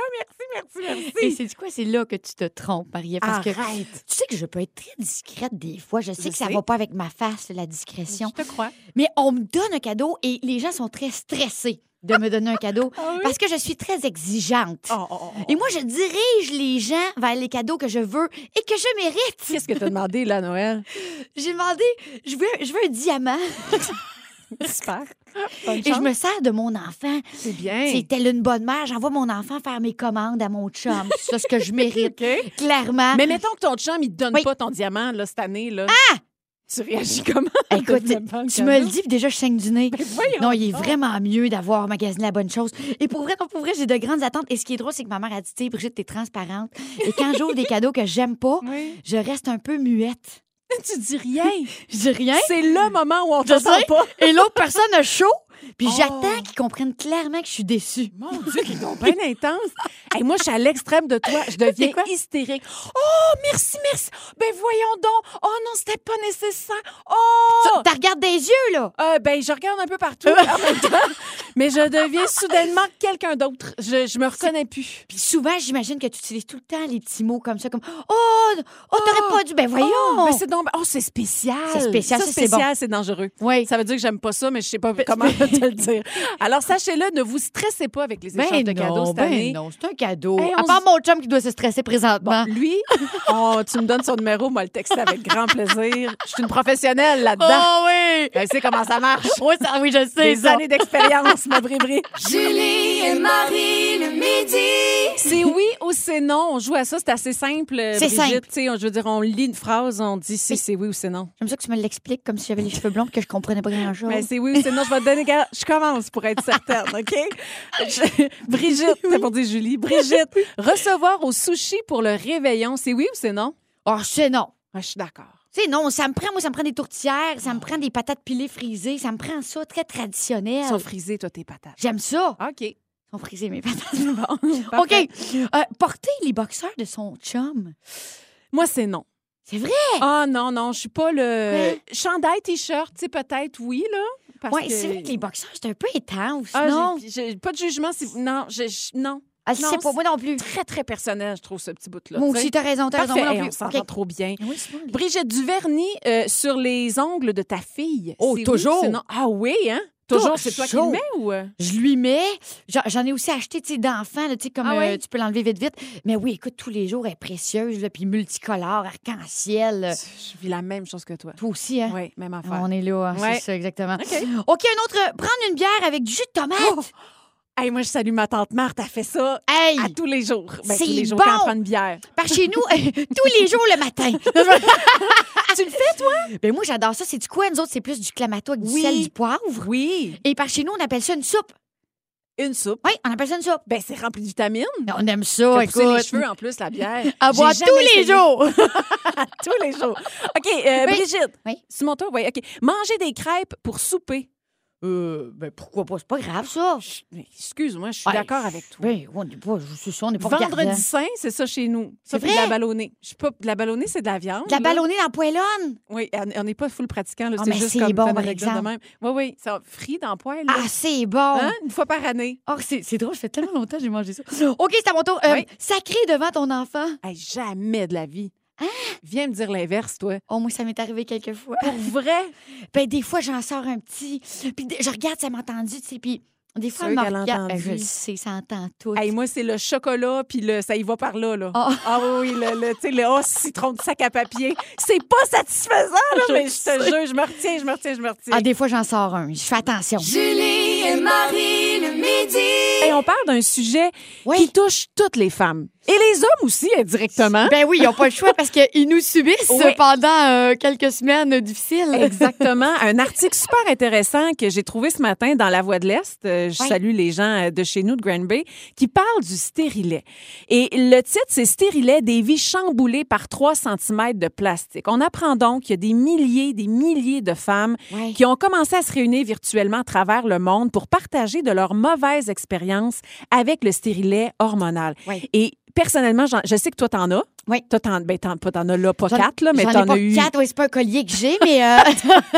[SPEAKER 4] merci, merci,
[SPEAKER 5] Et
[SPEAKER 4] merci.
[SPEAKER 5] c'est quoi? C'est là que tu te trompes, Marie. Parce que
[SPEAKER 4] Arrête.
[SPEAKER 5] tu sais que je peux être très discrète des fois. Je sais
[SPEAKER 4] Je
[SPEAKER 5] que ça
[SPEAKER 4] sais.
[SPEAKER 5] va pas avec ma face, la discrétion.
[SPEAKER 4] Je te crois.
[SPEAKER 5] Mais on me donne un cadeau et les gens sont très stressés de me donner un cadeau
[SPEAKER 4] oui?
[SPEAKER 5] parce que je suis très exigeante.
[SPEAKER 4] Oh, oh, oh, oh.
[SPEAKER 5] Et moi, je dirige les gens vers les cadeaux que je veux et que je mérite.
[SPEAKER 4] Qu'est-ce que t'as demandé, là, à Noël?
[SPEAKER 5] J'ai demandé, je veux, je veux un diamant
[SPEAKER 4] Super.
[SPEAKER 5] et je me sers de mon enfant.
[SPEAKER 4] C'est bien.
[SPEAKER 5] C'est telle une bonne mère, j'envoie mon enfant faire mes commandes à mon chum. C'est ça ce que je mérite, clairement.
[SPEAKER 4] Mais mettons que ton chum, il te donne
[SPEAKER 5] Ah. Oui.
[SPEAKER 4] pas ton diamant, là, cette année, là. Ah! Tu réagis comment?
[SPEAKER 5] Écoute,
[SPEAKER 4] Tu me demandes
[SPEAKER 5] tu
[SPEAKER 4] comment?
[SPEAKER 5] me le dis, puis déjà, je saigne du nez.
[SPEAKER 4] voyons
[SPEAKER 5] non, il est
[SPEAKER 4] donc.
[SPEAKER 5] vraiment mieux d'avoir magasiné la bonne chose. Et pour vrai, non, pour vrai, j'ai de grandes attentes. Et ce qui est drôle, c'est que ma mère a dit, tu sais, Brigitte, t'es transparente. Et quand j'ouvre des cadeaux que j'aime pas,
[SPEAKER 4] Oui.
[SPEAKER 5] je reste un peu muette.
[SPEAKER 4] Tu dis rien.
[SPEAKER 5] Je dis rien.
[SPEAKER 4] C'est le moment où on
[SPEAKER 5] Hein? Je
[SPEAKER 4] t'entend
[SPEAKER 5] sais.
[SPEAKER 4] pas.
[SPEAKER 5] Et l'autre personne a chaud. Puis
[SPEAKER 4] Oh.
[SPEAKER 5] j'attends qu'ils comprennent clairement que je suis déçue.
[SPEAKER 4] Mon Dieu, qui donc bien intense. Et moi, je suis à l'extrême de toi. Je deviens hystérique. Oh, merci, merci. Ben voyons donc. Oh non, c'était pas nécessaire. Oh!
[SPEAKER 5] T'as regardes des yeux, là.
[SPEAKER 4] Euh, ben, je regarde un peu partout en même temps, mais je deviens soudainement quelqu'un d'autre. Je, je me reconnais plus.
[SPEAKER 5] Puis souvent, j'imagine que tu utilises tout le temps les petits mots comme ça, comme Oh, oh t'aurais pas dû. Ben voyons.
[SPEAKER 4] Oh, ben, c'est donc... oh, c'est spécial.
[SPEAKER 5] C'est spécial,
[SPEAKER 4] Ça,
[SPEAKER 5] ça, c'est Ben,
[SPEAKER 4] spécial, c'est dangereux.
[SPEAKER 5] Oui.
[SPEAKER 4] Ça veut dire que j'aime pas ça, mais je sais pas comment te le dire. Alors, sachez-le, ne vous stressez pas avec les échanges de cadeaux cette
[SPEAKER 5] ben
[SPEAKER 4] année.
[SPEAKER 5] non, c'est un cadeau.
[SPEAKER 4] Hey, on
[SPEAKER 5] à part
[SPEAKER 4] se-
[SPEAKER 5] mon chum qui doit se stresser présentement.
[SPEAKER 4] Lui, oh, tu me donnes son numéro, moi, le texter avec grand plaisir. Je suis une professionnelle là-dedans.
[SPEAKER 5] oh oui!
[SPEAKER 4] Elle sait comment ça marche.
[SPEAKER 5] Oui, ça, oui, je sais.
[SPEAKER 4] Bah. Des
[SPEAKER 5] ça.
[SPEAKER 4] années d'expérience, ma brébrie.
[SPEAKER 6] Julie et Marie le midi.
[SPEAKER 4] C'est oui ou c'est non. On joue à ça, c'est assez simple. euh,
[SPEAKER 5] C'est
[SPEAKER 4] Brigitte,
[SPEAKER 5] simple.
[SPEAKER 4] Tu sais, on- je veux dire, on lit une phrase, on dit si
[SPEAKER 5] Oui.
[SPEAKER 4] c'est oui ou c'est non.
[SPEAKER 5] J'aime ça que tu me l'expliques comme si j'avais les cheveux blonds et que je comprenais pas grand-chose.
[SPEAKER 4] Mais c'est oui ou c'est non. Je vais te donner. Regarde, Je commence pour être certaine, OK? Je- Brigitte, c'est pour dire Julie. Brigitte, recevoir au sushi pour le réveillon, c'est oui ou c'est non?
[SPEAKER 5] Oh, c'est non.
[SPEAKER 4] Ah, je suis d'accord.
[SPEAKER 5] C'est non, ça me prend, moi, ça me prend des tourtières, ça me prend des patates pilées frisées, ça me prend ça très traditionnel.
[SPEAKER 4] Ils sont frisés, toi, tes patates.
[SPEAKER 5] J'aime ça.
[SPEAKER 4] OK.
[SPEAKER 5] Ils sont frisées, mes patates.
[SPEAKER 4] Bon,
[SPEAKER 5] OK.
[SPEAKER 4] parfait.
[SPEAKER 5] Euh, porter les boxeurs de son chum.
[SPEAKER 4] Moi, c'est non.
[SPEAKER 5] C'est vrai.
[SPEAKER 4] Ah non, non, je suis pas le...
[SPEAKER 5] Quoi?
[SPEAKER 4] Chandail, t-shirt, tu sais, peut-être, oui, là. Parce
[SPEAKER 5] Oui,
[SPEAKER 4] que-
[SPEAKER 5] c'est vrai que les boxeurs, c'est un peu intense.
[SPEAKER 4] Ah, j'ai-
[SPEAKER 5] non,
[SPEAKER 4] j'ai pas de jugement. Si... Non, je- je- non.
[SPEAKER 5] Ah, c'est
[SPEAKER 4] non,
[SPEAKER 5] pas moi non plus.
[SPEAKER 4] Très, très personnel, je trouve, ce petit bout-là.
[SPEAKER 5] Moi
[SPEAKER 4] tu
[SPEAKER 5] aussi,
[SPEAKER 4] sais.
[SPEAKER 5] t'as raison, t'as raison.
[SPEAKER 4] Parfait,
[SPEAKER 5] Moi
[SPEAKER 4] hey,
[SPEAKER 5] non
[SPEAKER 4] on
[SPEAKER 5] plus.
[SPEAKER 4] s'en
[SPEAKER 5] OK.
[SPEAKER 4] rend trop bien.
[SPEAKER 5] Oui, c'est bon, les-
[SPEAKER 4] Brigitte, du vernis euh, sur les ongles de ta fille.
[SPEAKER 5] Oh,
[SPEAKER 4] C'est oui,
[SPEAKER 5] toujours?
[SPEAKER 4] c'est non? Ah oui, hein? Toujours, c'est toi qui le
[SPEAKER 5] chaud.
[SPEAKER 4] mets ou. euh,
[SPEAKER 5] Je lui mets. J'en- J'en ai aussi acheté, tu sais, d'enfants, là, tu sais, comme
[SPEAKER 4] Ah ouais?
[SPEAKER 5] euh, tu peux l'enlever vite, vite. Mais oui, écoute, tous les jours, elle est précieuse, là, puis multicolore, arc-en-ciel. là.
[SPEAKER 4] Je vis la même chose que toi.
[SPEAKER 5] Euh, Toi aussi, hein?
[SPEAKER 4] Oui, même affaire.
[SPEAKER 5] On est là, hein,
[SPEAKER 4] Ouais.
[SPEAKER 5] c'est ça, exactement.
[SPEAKER 4] OK.
[SPEAKER 5] OK, un autre. euh, Prendre une bière avec du jus de tomate.
[SPEAKER 4] Oh! Hey, moi, je salue ma tante Marthe. Elle fait ça
[SPEAKER 5] Hey!
[SPEAKER 4] à tous les jours. Ben,
[SPEAKER 5] C'est
[SPEAKER 4] tous les jours
[SPEAKER 5] bon!
[SPEAKER 4] quand elle prend une bière.
[SPEAKER 5] Par chez nous, tous les jours le matin. tu le fais, toi? Ben moi, j'adore ça. C'est du quoi? Nous autres, c'est plus du clamato avec du
[SPEAKER 4] Oui.
[SPEAKER 5] sel, du poivre.
[SPEAKER 4] Oui.
[SPEAKER 5] Et par chez nous, on appelle ça une soupe.
[SPEAKER 4] Une soupe.
[SPEAKER 5] Oui, on appelle ça une soupe.
[SPEAKER 4] Ben, c'est rempli de vitamines.
[SPEAKER 5] On aime ça,
[SPEAKER 4] Fait pousser les
[SPEAKER 5] Oh, écoute.
[SPEAKER 4] cheveux en plus, la bière.
[SPEAKER 5] À
[SPEAKER 4] J'ai
[SPEAKER 5] boire
[SPEAKER 4] jamais
[SPEAKER 5] tous les
[SPEAKER 4] essayé.
[SPEAKER 5] jours.
[SPEAKER 4] À tous les jours. OK, euh,
[SPEAKER 5] Oui.
[SPEAKER 4] Brigitte.
[SPEAKER 5] Oui.
[SPEAKER 4] C'est mon tour? Oui, OK. Manger des crêpes pour souper.
[SPEAKER 5] Euh, ben pourquoi pas? C'est pas grave, ça.
[SPEAKER 4] Mais Excuse-moi, je suis
[SPEAKER 5] Ouais.
[SPEAKER 4] d'accord avec toi.
[SPEAKER 5] Ben, on n'est pas, c'est ça, on n'est pas regardant.
[SPEAKER 4] Vendredi saint, c'est ça chez nous. Ça,
[SPEAKER 5] C'est
[SPEAKER 4] puis de la
[SPEAKER 5] vrai?
[SPEAKER 4] ballonnée. Je suis pas... De la ballonnée, c'est de la viande.
[SPEAKER 5] De La
[SPEAKER 4] là.
[SPEAKER 5] ballonnée dans la poêlonne.
[SPEAKER 4] Oui, on on n'est pas full pratiquant. là,
[SPEAKER 5] Ah,
[SPEAKER 4] c'est
[SPEAKER 5] mais
[SPEAKER 4] juste
[SPEAKER 5] c'est
[SPEAKER 4] comme
[SPEAKER 5] bon,
[SPEAKER 4] faire une
[SPEAKER 5] par
[SPEAKER 4] réglette de
[SPEAKER 5] exemple.
[SPEAKER 4] même. Oui, oui. Ça frit dans le poêle. là.
[SPEAKER 5] Ah, c'est bon.
[SPEAKER 4] Hein? Une fois par année.
[SPEAKER 5] Oh, c'est c'est drôle, ça fait tellement longtemps que j'ai mangé ça. OK, c'est à mon tour. Euh,
[SPEAKER 4] Oui.
[SPEAKER 5] Sacré devant ton enfant.
[SPEAKER 4] Hey, jamais de la vie.
[SPEAKER 5] Ah!
[SPEAKER 4] Viens me dire l'inverse, toi.
[SPEAKER 5] Oh, moi, ça m'est arrivé quelques fois.
[SPEAKER 4] Pour vrai?
[SPEAKER 5] Ben, des fois, j'en sors un petit. Puis des- je regarde, ça m'a entendu, tu sais. Puis des
[SPEAKER 4] Sûr
[SPEAKER 5] fois, elle me
[SPEAKER 4] qu'elle a
[SPEAKER 5] regarde. Ben, je
[SPEAKER 4] entendu.
[SPEAKER 5] le sais, ça entend tout.
[SPEAKER 4] Hey, moi, c'est le chocolat, puis le, ça y va par là. là.
[SPEAKER 5] Ah.
[SPEAKER 4] Ah oui, oui, le, le, tu sais, le oh, citron de sac à papier. C'est pas satisfaisant, là, mais je te jure, je me retiens, je me retiens, je me retiens.
[SPEAKER 5] ah, des fois, j'en sors un. Je fais attention.
[SPEAKER 6] Julie et Marie le midi.
[SPEAKER 4] Hey, on parle d'un sujet
[SPEAKER 5] Oui.
[SPEAKER 4] qui touche toutes les femmes. Et les hommes aussi, indirectement.
[SPEAKER 5] Ben oui, ils n'ont pas le choix parce qu'ils nous subissent
[SPEAKER 4] hein? Oui.
[SPEAKER 5] pendant euh, quelques semaines euh, difficiles.
[SPEAKER 4] Exactement. Un article super intéressant que j'ai trouvé ce matin dans La Voix de l'Est. Euh, Je
[SPEAKER 5] Oui.
[SPEAKER 4] salue les gens euh, de chez nous, de Grand Bay, qui parlent du stérilet. Et le titre, c'est Stérilet, des vies chamboulées par 3 cm de plastique. On apprend donc qu'il y a des milliers, des milliers de femmes
[SPEAKER 5] Ouais.
[SPEAKER 4] qui ont commencé à se réunir virtuellement à travers le monde pour partager de leurs mauvaises expériences avec le stérilet hormonal.
[SPEAKER 5] Oui.
[SPEAKER 4] Et personnellement, j'en- je sais que toi, t'en as.
[SPEAKER 5] Oui.
[SPEAKER 4] Toi, t'en, ben, t'en, pas t'en as là, pas
[SPEAKER 5] J'en-
[SPEAKER 4] quatre, là, mais
[SPEAKER 5] j'en ai
[SPEAKER 4] t'en
[SPEAKER 5] pas
[SPEAKER 4] as eu
[SPEAKER 5] quatre, ouais, c'est pas un collier que j'ai, mais euh,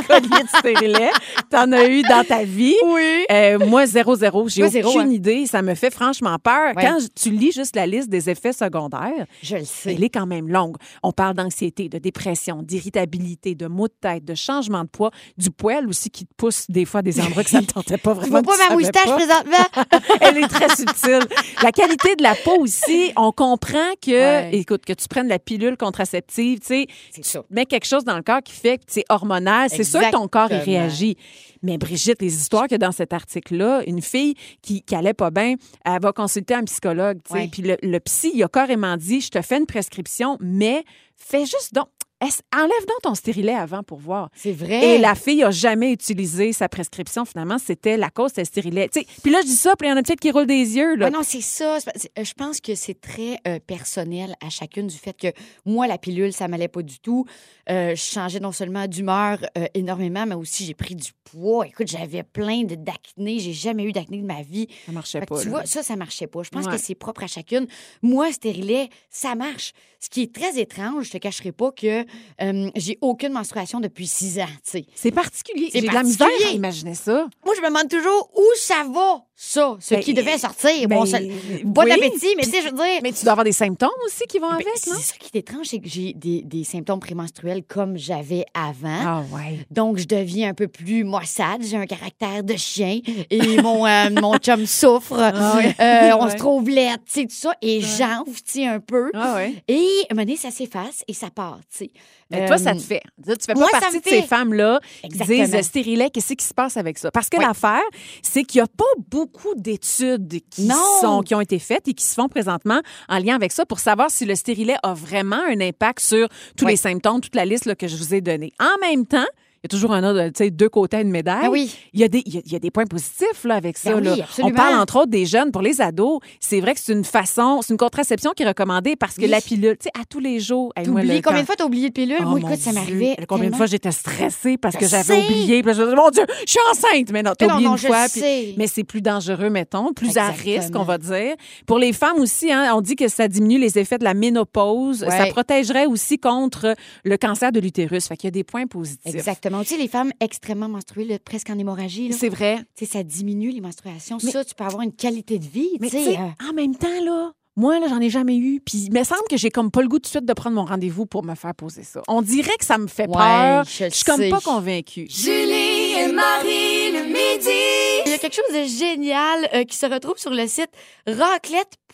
[SPEAKER 4] collier de stérilet. T'en as eu dans ta vie.
[SPEAKER 5] oui.
[SPEAKER 4] Euh, moi, zéro, zéro. J'ai
[SPEAKER 5] Moi,
[SPEAKER 4] aucune
[SPEAKER 5] zéro, hein.
[SPEAKER 4] idée. Ça me fait franchement peur.
[SPEAKER 5] Ouais.
[SPEAKER 4] Quand je- tu lis juste la liste des effets secondaires,
[SPEAKER 5] Je le sais.
[SPEAKER 4] elle est quand même longue. On parle d'anxiété, de dépression, d'irritabilité, de maux de tête, de changement de poids, du poil aussi qui te pousse des fois à des endroits que ça ne tentait pas
[SPEAKER 5] Tu
[SPEAKER 4] vraiment.
[SPEAKER 5] vois
[SPEAKER 4] que
[SPEAKER 5] pas
[SPEAKER 4] tu
[SPEAKER 5] ma
[SPEAKER 4] savais
[SPEAKER 5] moustache
[SPEAKER 4] pas.
[SPEAKER 5] présentement?
[SPEAKER 4] Elle est très subtile. La qualité de la peau aussi, on comprend que,
[SPEAKER 5] Ouais.
[SPEAKER 4] écoute, que tu prennes la pilule contraceptive, tu sais,
[SPEAKER 5] C'est
[SPEAKER 4] tu
[SPEAKER 5] ça.
[SPEAKER 4] mets quelque chose dans le corps qui fait que c'est hormonal. C'est sûr que ton corps, il
[SPEAKER 5] Exactement.
[SPEAKER 4] réagit. Mais Brigitte, les histoires que dans cet article-là, une fille qui, qui allait pas bien, elle va consulter un psychologue, tu sais,
[SPEAKER 5] Ouais.
[SPEAKER 4] puis le, le psy, il a carrément dit, je te fais une prescription, mais fais juste donc, est-ce- enlève donc ton stérilet avant pour voir.
[SPEAKER 5] C'est vrai. Ah
[SPEAKER 4] Et la fille a jamais utilisé sa prescription. Finalement, c'était la cause, c'était le stérilet. Tu sais, Puis là, je dis ça, puis il y en a peut-être qui roulent des yeux. Là.
[SPEAKER 5] Ah non, c'est ça. C'est pas- c'est- euh, Je pense que c'est très euh, personnel à chacune du fait que moi, la pilule, ça m'allait pas du tout. Euh, je changeais non seulement d'humeur euh, énormément, mais aussi j'ai pris du poids. Écoute, j'avais plein de- d'acné. J'ai jamais eu d'acné de ma vie.
[SPEAKER 4] ça marchait
[SPEAKER 5] Fait que
[SPEAKER 4] pas.
[SPEAKER 5] tu
[SPEAKER 4] là.
[SPEAKER 5] vois, ça, ça marchait pas. Je pense
[SPEAKER 4] Ouais.
[SPEAKER 5] que c'est propre à chacune. Moi, stérilet, ça marche. Ce qui est très étrange, je te cacherai pas que euh, j'ai aucune menstruation depuis six ans. tu sais.
[SPEAKER 4] C'est particulier.
[SPEAKER 5] C'est
[SPEAKER 4] J'ai de la misère à
[SPEAKER 5] particulier.
[SPEAKER 4] imaginer ça.
[SPEAKER 5] Moi, je me demande toujours où ça va, ça, ce
[SPEAKER 4] Ben,
[SPEAKER 5] qui devait sortir.
[SPEAKER 4] ben,
[SPEAKER 5] bon, ça- bon
[SPEAKER 4] oui.
[SPEAKER 5] appétit, mais tu sais, je veux dire.
[SPEAKER 4] Mais tu dois avoir des symptômes aussi qui vont
[SPEAKER 5] Ben,
[SPEAKER 4] avec,
[SPEAKER 5] c'est
[SPEAKER 4] non?
[SPEAKER 5] ça qui est étrange, c'est que j'ai des, des symptômes prémenstruels comme j'avais avant.
[SPEAKER 4] Ah ouais.
[SPEAKER 5] Donc, je deviens un peu plus maussade. J'ai un caractère de chien et mon, euh, mon chum souffre.
[SPEAKER 4] ouais.
[SPEAKER 5] Euh, on
[SPEAKER 4] Ouais.
[SPEAKER 5] se trouve laide, tu sais, tout ça. Et j'enfle, tu sais, un peu.
[SPEAKER 4] Ah ouais.
[SPEAKER 5] Et à un moment donné, ça s'efface et ça part, tu sais.
[SPEAKER 4] Mais
[SPEAKER 5] Euh,
[SPEAKER 4] toi, ça te fait. Là, tu fais pas
[SPEAKER 5] moi, ça
[SPEAKER 4] partie
[SPEAKER 5] me
[SPEAKER 4] de ces
[SPEAKER 5] fait.
[SPEAKER 4] femmes-là qui
[SPEAKER 5] Exactement.
[SPEAKER 4] disent euh, stérilet, qu'est-ce qui se passe avec ça? Parce que
[SPEAKER 5] Oui.
[SPEAKER 4] l'affaire, c'est qu'il n'y a pas beaucoup d'études qui,
[SPEAKER 5] Non.
[SPEAKER 4] sont, qui ont été faites et qui se font présentement en lien avec ça pour savoir si le stérilet a vraiment un impact sur tous
[SPEAKER 5] Oui.
[SPEAKER 4] les symptômes, toute la liste là, que je vous ai donnée. En même temps, il y a toujours un autre, tu sais, deux côtés à une médaille.
[SPEAKER 5] Ah oui.
[SPEAKER 4] Il y a des, il y a- il y a des points positifs là, avec ça.
[SPEAKER 5] Ben oui,
[SPEAKER 4] là. On
[SPEAKER 5] absolument.
[SPEAKER 4] parle entre autres des jeunes. Pour les ados, c'est vrai que c'est une façon, c'est une contraception qui est recommandée parce que
[SPEAKER 5] Oui.
[SPEAKER 4] la pilule, tu sais, à tous les jours. Hey, moi,
[SPEAKER 5] T'oublies.
[SPEAKER 4] le-
[SPEAKER 5] Combien
[SPEAKER 4] quand-
[SPEAKER 5] de fois t'as oublié de pilule?
[SPEAKER 4] Oh,
[SPEAKER 5] Moi,
[SPEAKER 4] mon
[SPEAKER 5] écoute, ça
[SPEAKER 4] Dieu.
[SPEAKER 5] m'arrivait.
[SPEAKER 4] Combien de
[SPEAKER 5] tellement.
[SPEAKER 4] fois j'étais stressée parce
[SPEAKER 5] Je
[SPEAKER 4] que j'avais
[SPEAKER 5] sais.
[SPEAKER 4] oublié. Puis là, je me disais, mon Dieu, je suis enceinte. Mais non, t'as
[SPEAKER 5] Mais non,
[SPEAKER 4] oublié
[SPEAKER 5] non,
[SPEAKER 4] une
[SPEAKER 5] je
[SPEAKER 4] fois.
[SPEAKER 5] le sais.
[SPEAKER 4] Mais c'est plus dangereux, mettons, plus à
[SPEAKER 5] Exactement.
[SPEAKER 4] risque, on va dire. Pour les femmes aussi, hein, on dit que ça diminue les effets de la ménopause.
[SPEAKER 5] Ouais.
[SPEAKER 4] Ça protégerait aussi contre le cancer de l'utérus. Fait qu'il y a des points positifs.
[SPEAKER 5] Exactement. Tu sais, les femmes extrêmement menstruées, là, presque en hémorragie, là,
[SPEAKER 4] C'est vrai.
[SPEAKER 5] tu sais, ça diminue les menstruations.
[SPEAKER 4] Mais-
[SPEAKER 5] Ça, tu peux avoir une qualité de vie,
[SPEAKER 4] Mais
[SPEAKER 5] tu
[SPEAKER 4] tu
[SPEAKER 5] sais.
[SPEAKER 4] sais,
[SPEAKER 5] euh,
[SPEAKER 4] en même temps, là, moi, là, j'en ai jamais eu. Puis il me semble que j'ai comme pas le goût tout de suite de prendre mon rendez-vous pour me faire poser ça. On dirait que ça me fait
[SPEAKER 5] Ouais,
[SPEAKER 4] peur.
[SPEAKER 5] je le
[SPEAKER 4] suis comme pas
[SPEAKER 5] sais.
[SPEAKER 4] convaincue.
[SPEAKER 6] Julie et Marie le midi.
[SPEAKER 5] Il y a quelque chose de génial euh, qui se retrouve sur le site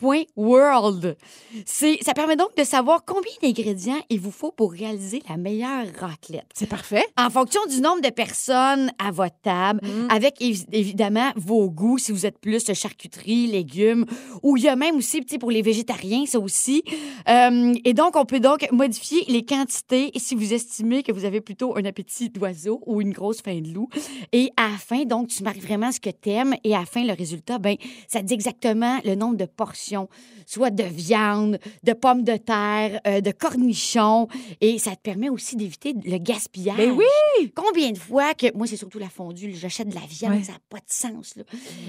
[SPEAKER 5] raclette.world. C'est- Ça permet donc de savoir combien d'ingrédients il vous faut pour réaliser la meilleure raclette.
[SPEAKER 4] C'est parfait.
[SPEAKER 5] En fonction du nombre de personnes à votre table,
[SPEAKER 4] Mm.
[SPEAKER 5] avec évi- évidemment vos goûts, si vous êtes plus de charcuterie, légumes, ou il y a même aussi, petit pour les végétariens, ça aussi. Euh, et donc, on peut donc modifier les quantités si vous estimez que vous avez plutôt un appétit d'oiseau ou une grosse faim de loup. Et à la fin, donc, tu marques vraiment ce que t'aimes et à la fin, le résultat, ben, ça te dit exactement le nombre de portions, soit de viande, de pommes de terre, euh, de cornichons. Et ça te permet aussi d'éviter le gaspillage.
[SPEAKER 4] Ben oui!
[SPEAKER 5] Combien de fois que. Moi, c'est surtout la fondue. là. J'achète de la viande,
[SPEAKER 4] Ouais.
[SPEAKER 5] ça n'a pas de sens. Là.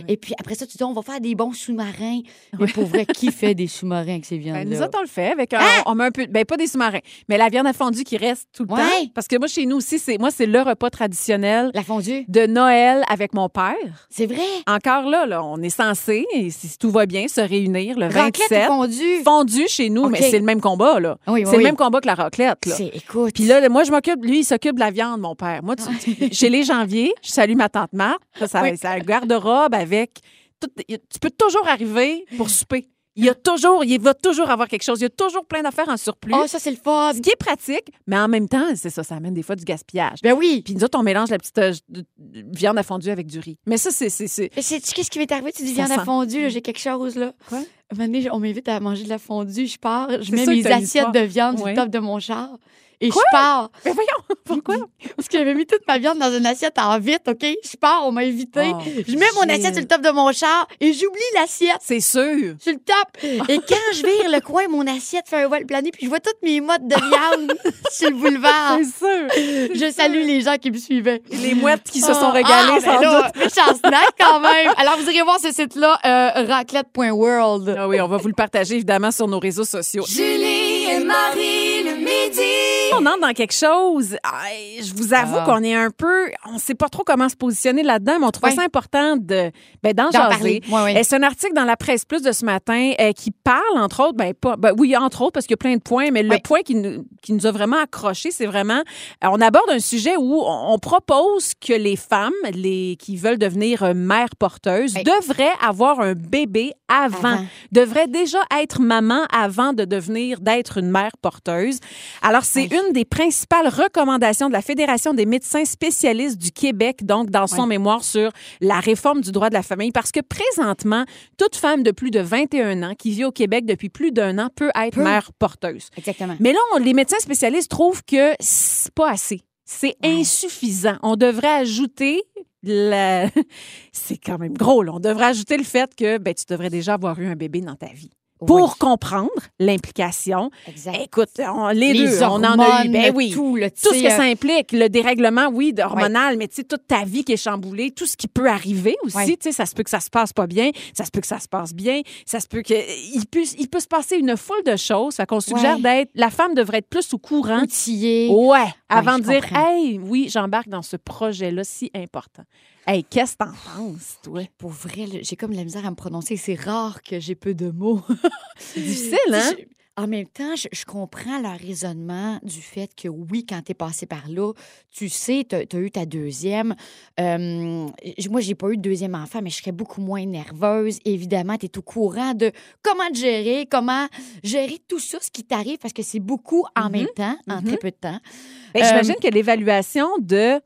[SPEAKER 5] Et puis après ça, tu dis, on va faire des bons sous-marins. Mais pour vrai, qui fait des sous-marins avec ces viandes-là?
[SPEAKER 4] Ben, nous autres, on le fait avec un,
[SPEAKER 5] Hein?
[SPEAKER 4] on met un peu, ben pas des sous-marins, mais la viande à fondue qui reste tout le
[SPEAKER 5] Ouais.
[SPEAKER 4] temps. Parce que moi, chez nous aussi, c'est moi, c'est le repas traditionnel
[SPEAKER 5] La fondue,
[SPEAKER 4] de Noël avec mon père.
[SPEAKER 5] c'est vrai.
[SPEAKER 4] Encore là, là, on est censé, et si tout va bien, se réunir le
[SPEAKER 5] Raclette
[SPEAKER 4] 27.
[SPEAKER 5] ou fondue?
[SPEAKER 4] Fondue chez nous,
[SPEAKER 5] OK.
[SPEAKER 4] mais c'est le même combat, là.
[SPEAKER 5] Oui, oui,
[SPEAKER 4] c'est
[SPEAKER 5] oui.
[SPEAKER 4] le même combat que la raclette, là.
[SPEAKER 5] C'est, écoute.
[SPEAKER 4] Puis là, moi, je m'occupe, lui, il s'occupe de la viande, mon père. Moi, tu- chez les janvier, je salue ma tante Marthe. Ça, ça,
[SPEAKER 5] Oui.
[SPEAKER 4] c'est un garde-robe avec. tout- y- tu peux toujours arriver pour souper. Il y a toujours, il va toujours avoir quelque chose. Il y a toujours plein d'affaires en surplus.
[SPEAKER 5] oh, ça, c'est le fun.
[SPEAKER 4] ce qui est pratique, mais en même temps, c'est ça, ça amène des fois du gaspillage.
[SPEAKER 5] Ben oui.
[SPEAKER 4] Puis nous autres, on mélange la petite euh, de- de- viande à fondue avec du riz. Mais ça, c'est. c'est- c'est-
[SPEAKER 5] Mais sais-tu qu'est-ce qui m'est arrivé? Tu dis
[SPEAKER 4] Ça
[SPEAKER 5] viande à
[SPEAKER 4] sent. Mm.
[SPEAKER 5] fondue, là, j'ai quelque chose, là.
[SPEAKER 4] Quoi?
[SPEAKER 5] Un moment donné, on m'invite à manger de la fondue, je pars, je
[SPEAKER 4] C'est
[SPEAKER 5] mets
[SPEAKER 4] sûr que
[SPEAKER 5] mes
[SPEAKER 4] t'as une
[SPEAKER 5] assiettes
[SPEAKER 4] histoire.
[SPEAKER 5] de viande
[SPEAKER 4] Ouais.
[SPEAKER 5] du top de mon char et je pars.
[SPEAKER 4] Mais voyons, pourquoi?
[SPEAKER 5] Parce que j'avais mis toute ma viande dans une assiette en vite, OK? Je pars, on m'a invité.
[SPEAKER 4] Oh,
[SPEAKER 5] je mets mon assiette
[SPEAKER 4] Gilles.
[SPEAKER 5] sur le top de mon char et j'oublie l'assiette.
[SPEAKER 4] C'est sûr.
[SPEAKER 5] Sur le top.
[SPEAKER 4] Ah.
[SPEAKER 5] Et quand je vire le coin, mon assiette fait un vol plané, puis je vois toutes mes mottes de viande sur le boulevard.
[SPEAKER 4] C'est sûr.
[SPEAKER 5] Je salue les gens qui me suivaient.
[SPEAKER 4] Les mouettes qui se sont
[SPEAKER 5] Ah,
[SPEAKER 4] régalées,
[SPEAKER 5] ah,
[SPEAKER 4] sans
[SPEAKER 5] ben là,
[SPEAKER 4] doute.
[SPEAKER 5] méchant snack, quand même. Alors, vous irez voir ce site-là, euh, raclette.world.
[SPEAKER 4] Ah oui, on va vous le partager évidemment sur nos réseaux sociaux.
[SPEAKER 6] Julie et Marie le midi.
[SPEAKER 4] on entre dans quelque chose, aïe, je vous avoue
[SPEAKER 5] Ah.
[SPEAKER 4] qu'on est un peu, on sait pas trop comment se positionner là-dedans, mais on trouve
[SPEAKER 5] Ouais.
[SPEAKER 4] ça important de, ben, d'en
[SPEAKER 5] D'en
[SPEAKER 4] jaser.
[SPEAKER 5] parler. Ouais, ouais.
[SPEAKER 4] Et Eh, C'est un article dans la presse plus de ce matin euh, qui parle, entre autres, ben, pas, ben oui, entre autres, parce qu'il y a plein de points, mais le
[SPEAKER 5] Ouais.
[SPEAKER 4] point qui nous, qui nous a vraiment accroché, c'est vraiment, euh, on aborde un sujet où on, on propose que les femmes les, qui veulent devenir euh, mères porteuses
[SPEAKER 5] Ouais.
[SPEAKER 4] devraient avoir un bébé avant
[SPEAKER 5] Avant.
[SPEAKER 4] devrait déjà être maman avant de devenir d'être une mère porteuse. Alors c'est une des principales recommandations de la Fédération des médecins spécialistes du Québec donc dans son mémoire sur la réforme du droit de la famille parce que présentement toute femme de plus de 21 ans qui vit au Québec depuis plus d'un an peut être
[SPEAKER 5] Peut.
[SPEAKER 4] mère porteuse.
[SPEAKER 5] Exactement.
[SPEAKER 4] Mais là, on- les médecins spécialistes trouvent que c'est pas assez. C'est insuffisant. On devrait ajouter la... C'est quand même gros, là. On devrait ajouter le fait que ben, tu devrais déjà avoir eu un bébé dans ta vie. Pour comprendre l'implication, ben,
[SPEAKER 5] Exact.
[SPEAKER 4] écoute, on- les,
[SPEAKER 5] les
[SPEAKER 4] deux,
[SPEAKER 5] hormones,
[SPEAKER 4] on en a eu. Ben oui. Tout,
[SPEAKER 5] tout, le
[SPEAKER 4] ce que ça implique, le dérèglement, oui, de- hormonal, mais tu sais, toute ta vie qui est chamboulée, tout ce qui peut arriver aussi,
[SPEAKER 5] Ouais.
[SPEAKER 4] tu sais, ça se peut que ça se passe pas bien, ça se peut que ça se passe bien, ça se peut que il peut, il peut se passer une foule de choses, fait qu'on suggère
[SPEAKER 5] Ouais.
[SPEAKER 4] d'être la femme devrait être plus au courant.
[SPEAKER 5] outillé.
[SPEAKER 4] Ouais, avant
[SPEAKER 5] je
[SPEAKER 4] de dire
[SPEAKER 5] comprends.
[SPEAKER 4] hey, oui, j'embarque dans ce projet là si important. Hey, qu'est-ce que t'en penses toi
[SPEAKER 5] Pour vrai, là, j'ai comme la misère à me prononcer. C'est rare que j'ai peu de mots.
[SPEAKER 4] Difficile
[SPEAKER 5] Tu
[SPEAKER 4] hein
[SPEAKER 5] sais, je- en même temps, je, je comprends leur raisonnement du fait que oui, quand tu es passé par là, tu sais, tu as, eu ta deuxième. Euh, j- moi, j'ai pas eu de deuxième enfant, mais je serais beaucoup moins nerveuse. Évidemment, tu es au courant de comment te gérer, comment gérer tout ça, ce qui t'arrive, parce que c'est beaucoup
[SPEAKER 4] Mmh
[SPEAKER 5] en même temps, en très peu de temps.
[SPEAKER 4] Ben,
[SPEAKER 5] Euh,
[SPEAKER 4] J'imagine que l'évaluation de. de-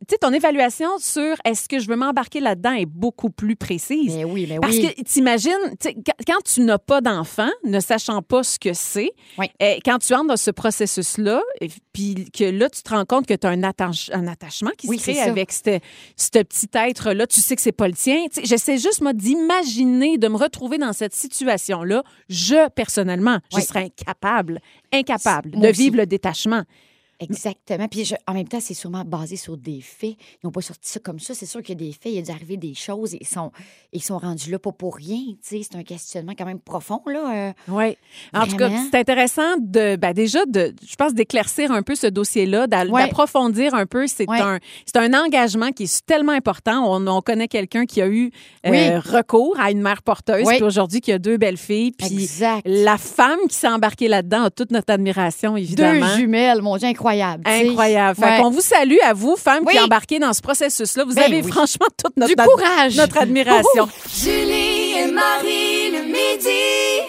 [SPEAKER 4] Tu sais, ton évaluation sur est-ce que je veux m'embarquer là-dedans est beaucoup plus précise.
[SPEAKER 5] Mais oui, mais
[SPEAKER 4] Parce
[SPEAKER 5] Ben oui.
[SPEAKER 4] que t'imagines, tu sais, quand- quand tu n'as pas d'enfant, ne sachant pas ce que c'est,
[SPEAKER 5] Ouais.
[SPEAKER 4] eh, quand tu entres dans ce processus-là, et puis que là, tu te rends compte que tu as un, attache- un attachement qui
[SPEAKER 5] Oui,
[SPEAKER 4] se
[SPEAKER 5] c'est
[SPEAKER 4] crée
[SPEAKER 5] ça.
[SPEAKER 4] avec ce ce petit être-là, tu sais que c'est pas le tien. Tu sais, J'essaie juste, moi, d'imaginer, de me retrouver dans cette situation-là. Je, personnellement, je
[SPEAKER 5] Ouais.
[SPEAKER 4] serais incapable, incapable
[SPEAKER 5] Moi
[SPEAKER 4] de
[SPEAKER 5] aussi.
[SPEAKER 4] vivre le détachement.
[SPEAKER 5] Exactement. Puis je- en même temps, c'est sûrement basé sur des faits. Ils n'ont pas sorti ça comme ça. C'est sûr qu'il y a des faits, il y a dû arriver des choses. et Ils sont, ils sont rendus là pas pour rien. tu sais. C'est un questionnement quand même profond. là. euh.
[SPEAKER 4] Oui. En tout cas,
[SPEAKER 5] Vraiment?
[SPEAKER 4] c'est intéressant de, ben déjà, de, je pense, d'éclaircir un peu ce dossier-là, d'a-
[SPEAKER 5] Ouais.
[SPEAKER 4] d'approfondir un peu. C'est
[SPEAKER 5] Ouais.
[SPEAKER 4] un, c'est un engagement qui est tellement important. On, on connaît quelqu'un qui a eu euh,
[SPEAKER 5] Oui.
[SPEAKER 4] recours à une mère porteuse,
[SPEAKER 5] Oui.
[SPEAKER 4] puis aujourd'hui qui a deux belles filles, puis
[SPEAKER 5] exact.
[SPEAKER 4] la femme qui s'est embarquée là-dedans a toute notre admiration, évidemment.
[SPEAKER 5] Deux jumelles, mon Dieu, incroyable. tu sais.
[SPEAKER 4] Incroyable. Fait
[SPEAKER 5] Ouais.
[SPEAKER 4] qu'on vous salue à vous, femmes qui
[SPEAKER 5] Oui.
[SPEAKER 4] embarquez dans ce processus-là. Vous
[SPEAKER 5] Ben
[SPEAKER 4] avez
[SPEAKER 5] oui.
[SPEAKER 4] franchement toute notre,
[SPEAKER 5] Du
[SPEAKER 4] ad-
[SPEAKER 5] courage. Oh,
[SPEAKER 4] notre admiration.
[SPEAKER 6] Julie et Marie le midi.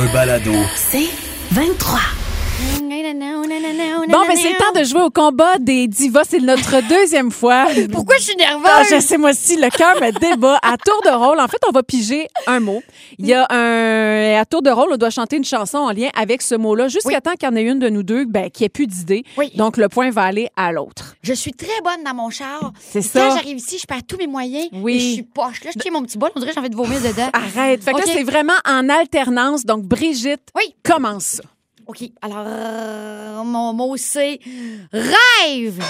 [SPEAKER 1] un balado,
[SPEAKER 2] C'est 23.
[SPEAKER 4] Bon, ben c'est le temps de jouer au combat des divas. C'est notre deuxième fois.
[SPEAKER 5] Pourquoi je suis
[SPEAKER 4] Ah, je
[SPEAKER 5] nerveuse?
[SPEAKER 4] sais, moi aussi, le cœur me débat. À tour de rôle, en fait, on va piger un mot. Il y a un. À tour de rôle, on doit chanter une chanson en lien avec ce mot-là, jusqu'à
[SPEAKER 5] Oui.
[SPEAKER 4] temps qu'il y en ait une de nous deux ben, qui ait plus d'idées.
[SPEAKER 5] Oui.
[SPEAKER 4] Donc, le point va aller à l'autre.
[SPEAKER 5] Je suis très bonne dans mon char.
[SPEAKER 4] C'est
[SPEAKER 5] Puis
[SPEAKER 4] ça.
[SPEAKER 5] Quand j'arrive ici, je perds tous mes moyens.
[SPEAKER 4] Oui.
[SPEAKER 5] Et je suis poche. Là, je tiens mon petit bol. On dirait que j'ai envie de vomir dedans.
[SPEAKER 4] Arrête. Fait que là,
[SPEAKER 5] OK.
[SPEAKER 4] c'est vraiment en alternance. Donc, Brigitte,
[SPEAKER 5] Oui.
[SPEAKER 4] commence ça.
[SPEAKER 5] OK. Alors, euh, mon mot, c'est
[SPEAKER 4] oh
[SPEAKER 5] rêve.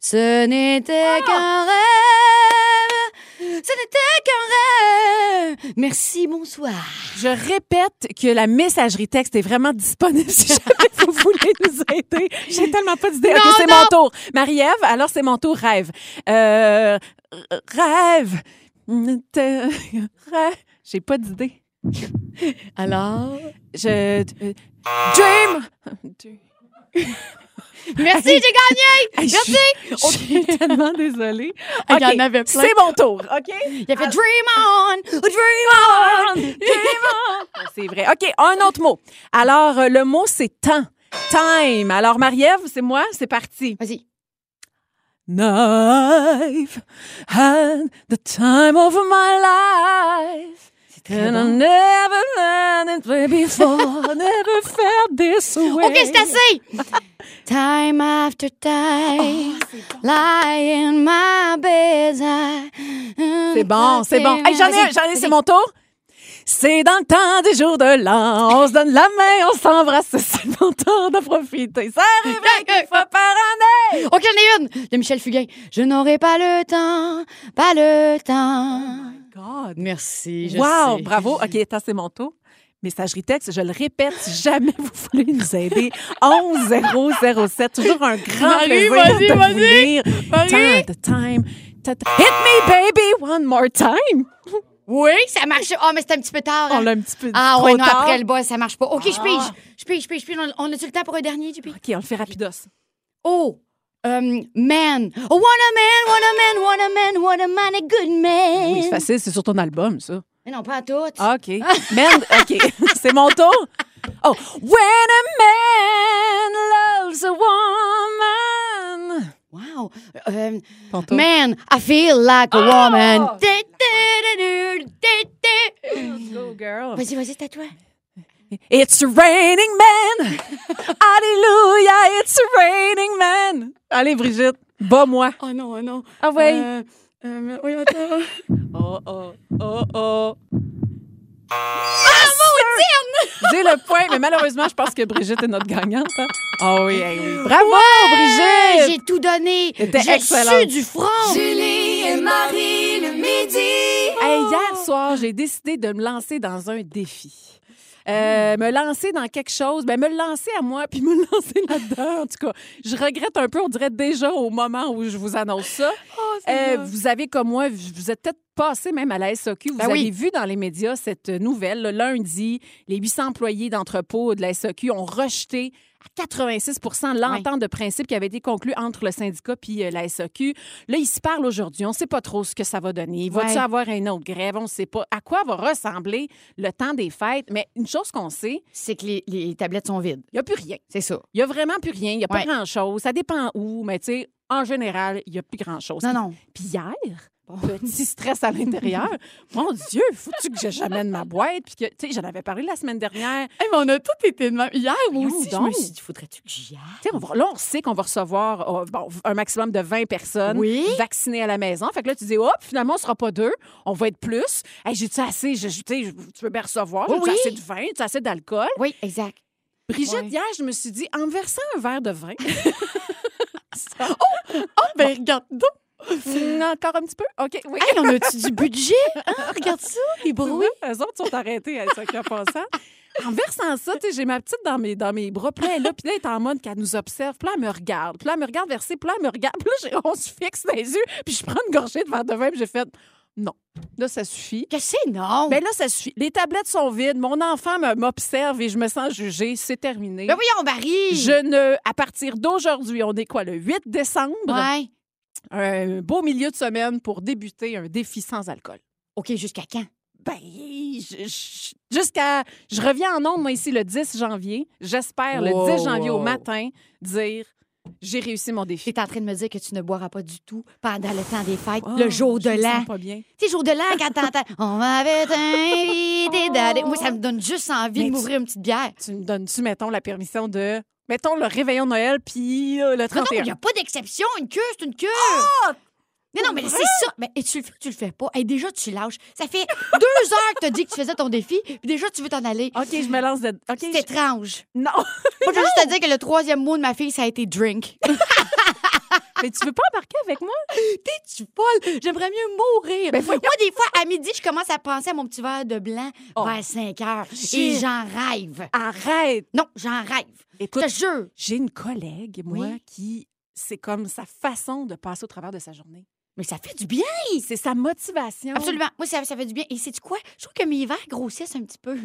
[SPEAKER 5] Ce
[SPEAKER 4] Ah!
[SPEAKER 5] n'était qu'un rêve. Ce n'était qu'un rêve. Merci, bonsoir.
[SPEAKER 4] Je répète que la messagerie texte est vraiment disponible si jamais vous voulez nous aider. J'ai tellement pas d'idées. OK,
[SPEAKER 5] Non,
[SPEAKER 4] c'est mon tour. Marie-Ève, alors c'est mon tour. Rêve. Euh, r- rêve. Mm, te- rêve. J'ai pas d'idée.
[SPEAKER 5] Alors.
[SPEAKER 4] Je. euh, Dream!
[SPEAKER 5] Merci, j'ai gagné.
[SPEAKER 4] Hey, je
[SPEAKER 5] Merci.
[SPEAKER 4] suis- Je suis tellement désolée.
[SPEAKER 5] Il y en
[SPEAKER 4] OK,
[SPEAKER 5] avait plein.
[SPEAKER 4] C'est mon tour, OK?
[SPEAKER 5] Il a fait Dream on. Dream on.
[SPEAKER 4] Ah! C'est vrai. OK, un autre mot. Alors, euh, le mot, c'est temps. Time. Alors, Marie-Ève, c'est moi, c'est parti.
[SPEAKER 5] Vas-y.
[SPEAKER 4] I've had the time of my life.
[SPEAKER 5] C'est
[SPEAKER 4] And I never learned it way before. never felt this way.
[SPEAKER 5] OK, c'est assez. time after time,
[SPEAKER 4] Oh,
[SPEAKER 5] lie in my bed.
[SPEAKER 4] C'est bon, c'est bon. Hey, j'en ai, un, j'en ai, c'est mon tour. C'est dans le temps des jours de l'an. On se donne la main, on s'embrasse. C'est mon temps de profiter. Ça arrive une fois par année.
[SPEAKER 5] OK, j'en ai une de Michel Fugain. Je n'aurai pas le temps, pas le temps.
[SPEAKER 4] God.
[SPEAKER 5] Merci, je
[SPEAKER 4] Wow,
[SPEAKER 5] sais.
[SPEAKER 4] bravo. OK, attends, c'est mon tour. Messagerie texte, je le répète, si jamais vous voulez nous aider, 11007, toujours un grand
[SPEAKER 5] Marie,
[SPEAKER 4] plaisir
[SPEAKER 5] vas-y,
[SPEAKER 4] de
[SPEAKER 5] vas-y.
[SPEAKER 4] vous lire.
[SPEAKER 5] Marie.
[SPEAKER 4] Time, the time, ta- ta- hit me baby one more time.
[SPEAKER 5] Oui, ça marche. Ah, mais c'est un petit peu tard.
[SPEAKER 4] On
[SPEAKER 5] hein.
[SPEAKER 4] l'a un petit peu
[SPEAKER 5] Ah
[SPEAKER 4] trop
[SPEAKER 5] ouais, non,
[SPEAKER 4] tard. Ah.
[SPEAKER 5] après le boss, ça marche pas. OK, je pige. Je pige, je pige, je pige. On- On a-tu le temps pour un dernier, JP?
[SPEAKER 4] OK, on le fait rapidos.
[SPEAKER 5] Oh, um, man. Oh, what a man, what a man, what a man, what a man, a good man.
[SPEAKER 4] Oui, c'est facile, Ah. c'est sur ton album ça.
[SPEAKER 5] Mais non, pas à toutes.
[SPEAKER 4] OK. Merde, OK. C'est mon tour. Oh, when a man loves a woman.
[SPEAKER 5] Wow. Euh,
[SPEAKER 4] Ton tour.
[SPEAKER 5] man, I feel like a
[SPEAKER 4] Ah!
[SPEAKER 5] woman. Da, da, da, da, da, da.
[SPEAKER 4] Go girl.
[SPEAKER 5] Vas-y, vas-y, t'as toi.
[SPEAKER 4] It's raining men. Alléluia, it's raining men. Allez, Brigitte, bats-moi.
[SPEAKER 7] Oh non, oh non.
[SPEAKER 4] Ah ouais.
[SPEAKER 7] Euh, euh, mais- oui, attends.
[SPEAKER 4] Oh, oh, oh, oh.
[SPEAKER 7] Ah,
[SPEAKER 5] Oh,
[SPEAKER 4] J'ai le point, mais malheureusement, je pense que Brigitte est notre gagnante. hein. Ah oui, hey, oui. Bravo,
[SPEAKER 5] J'ai
[SPEAKER 4] Brigitte!
[SPEAKER 5] tout donné.
[SPEAKER 4] C'était
[SPEAKER 5] J'ai
[SPEAKER 4] excellent.
[SPEAKER 5] su du front.
[SPEAKER 6] Julie et Marie le midi.
[SPEAKER 4] Hey, hier soir, j'ai décidé de me lancer dans un défi. Euh, me lancer dans quelque chose, ben me lancer à moi, puis me lancer là-dedans. En tout cas, je regrette un peu, on dirait déjà au moment où je vous annonce ça. Euh, vous avez, comme moi, vous êtes peut-être passé même à la SAQ. Vous
[SPEAKER 5] Ben
[SPEAKER 4] avez
[SPEAKER 5] oui.
[SPEAKER 4] vu dans les médias cette nouvelle. Le lundi, les 800 employés d'entrepôt de la SAQ ont rejeté à 86 l'entente de principe qui avait été conclue entre le syndicat puis euh, la SAQ. Là, ils se parlent aujourd'hui. On ne sait pas trop ce que ça va donner. Va-tu
[SPEAKER 5] Ouais.
[SPEAKER 4] avoir une autre grève? On ne sait pas. À quoi va ressembler le temps des fêtes? Mais une chose qu'on sait,
[SPEAKER 5] C'est que les, les tablettes sont vides.
[SPEAKER 4] il n'y a plus rien.
[SPEAKER 5] C'est ça.
[SPEAKER 4] Il n'y a vraiment plus rien. Il n'y a pas
[SPEAKER 5] Ouais.
[SPEAKER 4] grand-chose. Ça dépend où, mais tu sais, en général, il n'y a plus grand-chose.
[SPEAKER 5] Non, non.
[SPEAKER 4] Puis hier, petit stress à l'intérieur. Mon Dieu, faut-tu que je- j'amène ma boîte? Puis que, tu sais, j'en avais parlé la semaine dernière.
[SPEAKER 5] mais on a tout été de même. Hier, moi
[SPEAKER 4] Voyons
[SPEAKER 5] aussi, je
[SPEAKER 4] donc.
[SPEAKER 5] me suis dit, faudrait-tu que j'y aille?
[SPEAKER 4] Tu sais, on va- là, on sait qu'on va recevoir euh, bon, un maximum de 20 personnes
[SPEAKER 5] Oui.
[SPEAKER 4] vaccinées à la maison. Fait que là, tu dis, hop, finalement, on sera pas deux, on va être plus. Hey, J'ai-tu assez? Je, je- tu sais, je- tu peux bien recevoir?
[SPEAKER 5] Oui,
[SPEAKER 4] J'ai-tu
[SPEAKER 5] oui.
[SPEAKER 4] assez de vin? J'ai-tu assez d'alcool?
[SPEAKER 5] Oui, exact.
[SPEAKER 4] Brigitte,
[SPEAKER 5] Ouais.
[SPEAKER 4] hier, je me suis dit, en me versant un verre de vin.
[SPEAKER 5] Oh, ben regarde donc!
[SPEAKER 4] Mm, Encore un petit peu? OK, oui.
[SPEAKER 5] Hey, on a-tu du budget? Hein, Regarde ça, les bruits.
[SPEAKER 4] Elles autres sont hein, arrêtées, elles, ça qui a passé. En versant ça, tu sais, j'ai ma petite dans mes, dans mes bras, puis là, elle est là, puis là, elle est en mode qu'elle nous observe, puis là, elle me regarde, puis là, elle me regarde verser, puis là, elle me regarde, puis là, j'ai- on se fixe dans les yeux, puis je prends une gorgée de verre de vin, puis j'ai fait « Non, là, ça suffit.
[SPEAKER 5] Que c'est non! »
[SPEAKER 4] Ben là, ça suffit. Les tablettes sont vides, mon enfant me- m'observe et je me sens jugée, c'est terminé.
[SPEAKER 5] Ben voyons, Barry!
[SPEAKER 4] Je ne... À partir d'aujourd'hui, on est quoi, le 8 décembre?
[SPEAKER 5] Ouais.
[SPEAKER 4] Un beau milieu de semaine pour débuter un défi sans alcool.
[SPEAKER 5] OK, jusqu'à quand?
[SPEAKER 4] Ben, je- je- jusqu'à. Je reviens en ondes, moi, ici, le 10 janvier. J'espère,
[SPEAKER 5] Wow,
[SPEAKER 4] le 10 janvier au
[SPEAKER 5] wow.
[SPEAKER 4] matin, dire j'ai réussi mon défi.
[SPEAKER 5] T'es en train de me dire que tu ne boiras pas du tout pendant le temps des fêtes,
[SPEAKER 4] Oh,
[SPEAKER 5] le jour
[SPEAKER 4] je me
[SPEAKER 5] de
[SPEAKER 4] sens
[SPEAKER 5] l'an.
[SPEAKER 4] pas bien.
[SPEAKER 5] Tu sais, jour de l'an, quand t'entends « On m'avait invité d'aller... » Moi, ça me donne juste envie
[SPEAKER 4] Mais tu-
[SPEAKER 5] de m'ouvrir une petite bière.
[SPEAKER 4] Tu me donnes-tu, mettons, la permission de. Mettons le réveillon de Noël, puis euh, le
[SPEAKER 5] Ah Non, non, il
[SPEAKER 4] 31.
[SPEAKER 5] n'y a pas d'exception. Une cure, c'est une cure. Ah! non, non, mais c'est ça. Mais et tu le fais ou tu le fais pas? Et déjà, tu lâches. Ça fait deux heures que tu as dit que tu faisais ton défi, puis déjà, tu veux t'en aller.
[SPEAKER 4] OK, je me lance de. OK.
[SPEAKER 5] C'est
[SPEAKER 4] je-
[SPEAKER 5] étrange.
[SPEAKER 4] Non.
[SPEAKER 5] Moi, je veux juste te dire que le troisième mot de ma fille, ça a été drink.
[SPEAKER 4] Mais tu veux pas embarquer avec moi?
[SPEAKER 5] T'es-tu folle? J'aimerais mieux mourir.
[SPEAKER 4] Ben,
[SPEAKER 5] Moi,
[SPEAKER 4] voyons.
[SPEAKER 5] des fois, à midi, je commence à penser à mon petit verre de blanc
[SPEAKER 4] Oh.
[SPEAKER 5] vers 5 heures. Et
[SPEAKER 4] Shit.
[SPEAKER 5] j'en rêve.
[SPEAKER 4] Arrête!
[SPEAKER 5] Non, j'en rêve. Je
[SPEAKER 4] Écoute,
[SPEAKER 5] te jure.
[SPEAKER 4] j'ai une collègue, moi,
[SPEAKER 5] Oui.
[SPEAKER 4] qui. C'est comme sa façon de passer au travers de sa journée.
[SPEAKER 5] Mais ça fait du bien.
[SPEAKER 4] C'est sa motivation. Ben
[SPEAKER 5] Absolument. Moi, ça, ça fait du bien. Et c'est quoi? Je trouve que mes verres grossissent un petit peu.